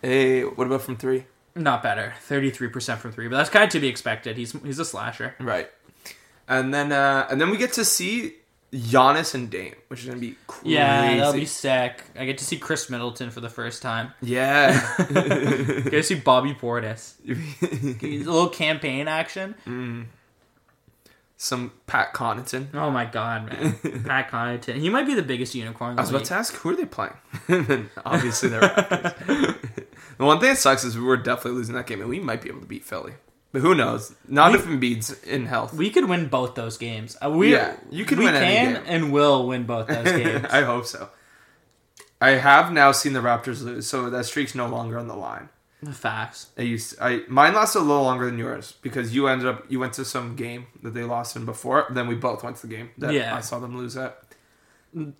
[SPEAKER 1] Hey, what about from three?
[SPEAKER 2] Not better. Thirty three percent from three, but that's kind of to be expected. He's he's a slasher.
[SPEAKER 1] Right. And then, uh, and then we get to see Giannis and Dame, which is gonna be crazy.
[SPEAKER 2] Yeah, that'll be sick. I get to see Chris Middleton for the first time.
[SPEAKER 1] yeah.
[SPEAKER 2] I get to see Bobby Portis. A little campaign action.
[SPEAKER 1] Some Pat Connaughton.
[SPEAKER 2] Oh my god, man. Pat Connaughton. He might be the biggest unicorn. in
[SPEAKER 1] I was
[SPEAKER 2] the
[SPEAKER 1] about
[SPEAKER 2] league.
[SPEAKER 1] to ask who are they playing? and obviously they're Raptors. the one thing that sucks is we were definitely losing that game, and we might be able to beat Philly, but who knows? Not if Embiid's in health.
[SPEAKER 2] we could win both those games. Uh, We,
[SPEAKER 1] Yeah, you could
[SPEAKER 2] we
[SPEAKER 1] win any
[SPEAKER 2] can
[SPEAKER 1] game.
[SPEAKER 2] and will win both those games.
[SPEAKER 1] I hope so. I have now seen the Raptors lose, so that streak's no longer on the line.
[SPEAKER 2] The Facts.
[SPEAKER 1] I used I mine lasted a little longer than yours because you ended up you went to some game that they lost in before. Then we both went to the game that
[SPEAKER 2] Yeah.
[SPEAKER 1] I saw them lose at.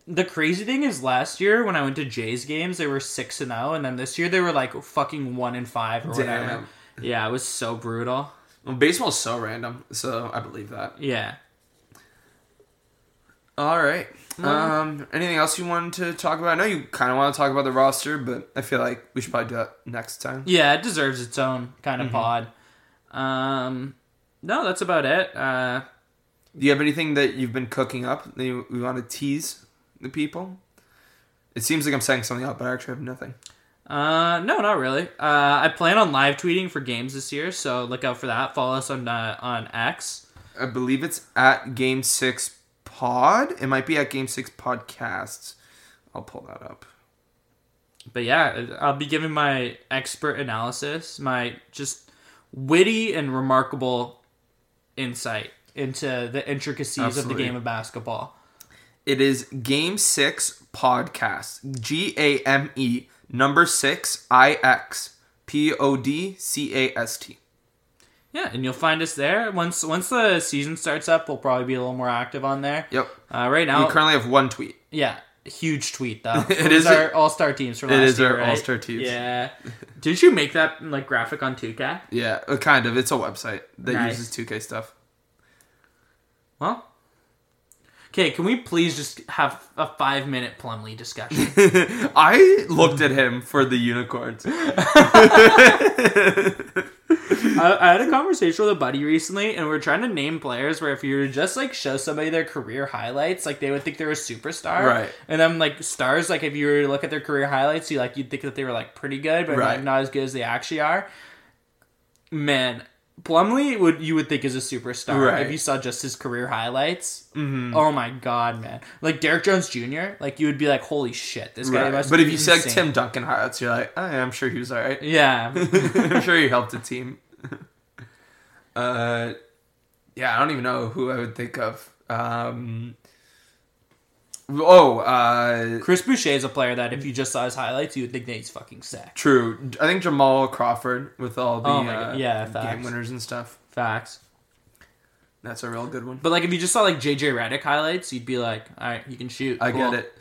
[SPEAKER 2] The crazy thing is, last year when I went to Jays games, they were six and zero, and then this year they were like fucking one and five or whatever.
[SPEAKER 1] Damn.
[SPEAKER 2] Yeah, it was so brutal.
[SPEAKER 1] Well, baseball's so random, so I believe that.
[SPEAKER 2] Yeah.
[SPEAKER 1] All right. Um, anything else you wanted to talk about? I know you kind of want to talk about the roster, but I feel like we should probably do that next time.
[SPEAKER 2] Yeah, it deserves its own kind
[SPEAKER 1] Mm-hmm.
[SPEAKER 2] of pod. Um, no, that's about it. Uh,
[SPEAKER 1] Do you have anything that you've been cooking up that you, we want to tease the people? It seems like I'm saying something out, but I actually have nothing.
[SPEAKER 2] Uh, no, not really. Uh, I plan on live tweeting for games this year, so look out for that. Follow us on uh, on X.
[SPEAKER 1] I believe it's at Game Six Pod. It might be at Game Six Podcasts. I'll pull that up.
[SPEAKER 2] But yeah, I'll be giving my expert analysis, my just witty and remarkable insight into the intricacies of
[SPEAKER 1] Absolutely.
[SPEAKER 2] the game of basketball.
[SPEAKER 1] It is Game Six Podcast. G A M E number six I X P O D C A S T.
[SPEAKER 2] Yeah, and you'll find us there once once the season starts up. We'll probably be a little more active on there.
[SPEAKER 1] Yep.
[SPEAKER 2] Uh, right now,
[SPEAKER 1] We currently have one tweet.
[SPEAKER 2] yeah, huge tweet though. it
[SPEAKER 1] is
[SPEAKER 2] is our all star teams from
[SPEAKER 1] it
[SPEAKER 2] last
[SPEAKER 1] is
[SPEAKER 2] year.
[SPEAKER 1] our
[SPEAKER 2] right?
[SPEAKER 1] all-star teams.
[SPEAKER 2] Yeah. Did you make that like graphic on 2K?
[SPEAKER 1] Yeah, uh, kind of. It's a website that
[SPEAKER 2] Nice.
[SPEAKER 1] uses 2K stuff.
[SPEAKER 2] Well, okay. Can we please just have a five minute Plumlee discussion?
[SPEAKER 1] I looked at him for the unicorns.
[SPEAKER 2] I, I had a conversation with a buddy recently, and we are trying to name players where if you were to just like show somebody their career highlights, like they would think they're a superstar,
[SPEAKER 1] Right.
[SPEAKER 2] And then like stars, like if you were to look at their career highlights, you like you'd think that they were like pretty good, but
[SPEAKER 1] Right.
[SPEAKER 2] like, not as good as they actually are. Man, Plumlee would you would think is a superstar
[SPEAKER 1] Right. Mm-hmm.
[SPEAKER 2] if you saw just his career highlights. Oh my god, man! Like Derek Jones Jr., like you would be like, holy shit, this guy.
[SPEAKER 1] Right.
[SPEAKER 2] Must
[SPEAKER 1] But
[SPEAKER 2] be
[SPEAKER 1] if you said
[SPEAKER 2] insane.
[SPEAKER 1] Tim Duncan highlights, you're like, oh, yeah, I'm sure he was all right.
[SPEAKER 2] yeah,
[SPEAKER 1] I'm sure he helped the team. Uh, yeah, I don't even know who I would think of. Um, oh, uh,
[SPEAKER 2] Chris Boucher is a player that if you just saw his highlights, you would think that he's fucking sick.
[SPEAKER 1] true. I think Jamal Crawford with all the
[SPEAKER 2] Oh my God,
[SPEAKER 1] uh,
[SPEAKER 2] yeah,
[SPEAKER 1] game
[SPEAKER 2] facts.
[SPEAKER 1] winners and stuff.
[SPEAKER 2] Facts.
[SPEAKER 1] That's a real good one.
[SPEAKER 2] But like, if you just saw like JJ Redick highlights, you'd be like, all right, he can shoot.
[SPEAKER 1] I
[SPEAKER 2] Cool."
[SPEAKER 1] get it.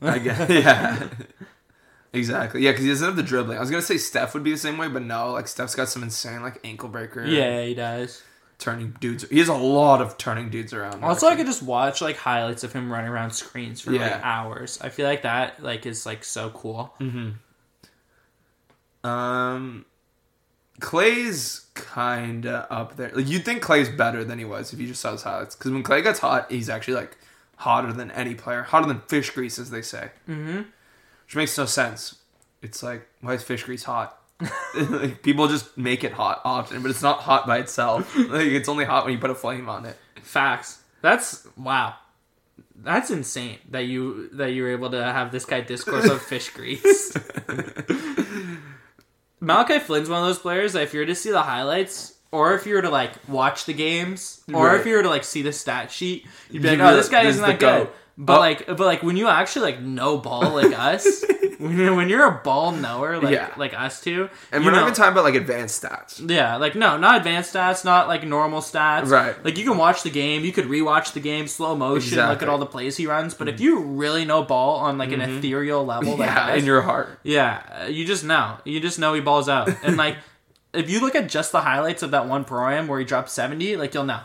[SPEAKER 1] I get it. Yeah. exactly. Yeah, because he doesn't have the dribbling. I was gonna say Steph would be the same way, but no. Like Steph's got some insane like ankle breaker.
[SPEAKER 2] Yeah, he does.
[SPEAKER 1] Turning dudes. He has a lot of turning dudes around.
[SPEAKER 2] Also, I
[SPEAKER 1] actually.
[SPEAKER 2] could just watch like highlights of him running around screens for
[SPEAKER 1] Yeah.
[SPEAKER 2] like hours. I feel like that like is like so cool.
[SPEAKER 1] um, Clay's kind of up there. Like you'd think Clay's better than he was if you just saw his highlights. Because when Clay gets hot, he's actually like hotter than any player, hotter than fish grease, as they say. Mm-hmm. Which makes no sense. It's like why is fish grease hot? like, people just make it hot often, but it's not hot by itself. Like it's only hot when you put a flame on it.
[SPEAKER 2] Facts. That's wow. That's insane that you that you were able to have this guy discourse on fish grease. Malachi Flynn's one of those players that if you were to see the highlights, or if you were to like watch the games, or
[SPEAKER 1] Right.
[SPEAKER 2] if you were to like see the stat sheet, you'd be like,
[SPEAKER 1] You
[SPEAKER 2] "Oh,
[SPEAKER 1] real-
[SPEAKER 2] this guy
[SPEAKER 1] this
[SPEAKER 2] isn't
[SPEAKER 1] is
[SPEAKER 2] that
[SPEAKER 1] the
[SPEAKER 2] good."
[SPEAKER 1] goat.
[SPEAKER 2] But
[SPEAKER 1] Oh.
[SPEAKER 2] like, but like when you actually like know ball like us, when you're, when you're a ball knower like
[SPEAKER 1] Yeah.
[SPEAKER 2] like us two,
[SPEAKER 1] And
[SPEAKER 2] you
[SPEAKER 1] we're
[SPEAKER 2] know-
[SPEAKER 1] not even talking about like advanced stats.
[SPEAKER 2] yeah, like no, not advanced stats, not like normal stats.
[SPEAKER 1] Right.
[SPEAKER 2] Like you can watch the game, you could rewatch the game, slow motion, look
[SPEAKER 1] Exactly. Mm-hmm.
[SPEAKER 2] at all the plays he runs. But if you really know ball on like an ethereal level, like
[SPEAKER 1] yeah,
[SPEAKER 2] us,
[SPEAKER 1] in your heart.
[SPEAKER 2] yeah, uh, you just know, you just know he balls out. And like, if you look at just the highlights of that one program where he dropped seventy, like you'll know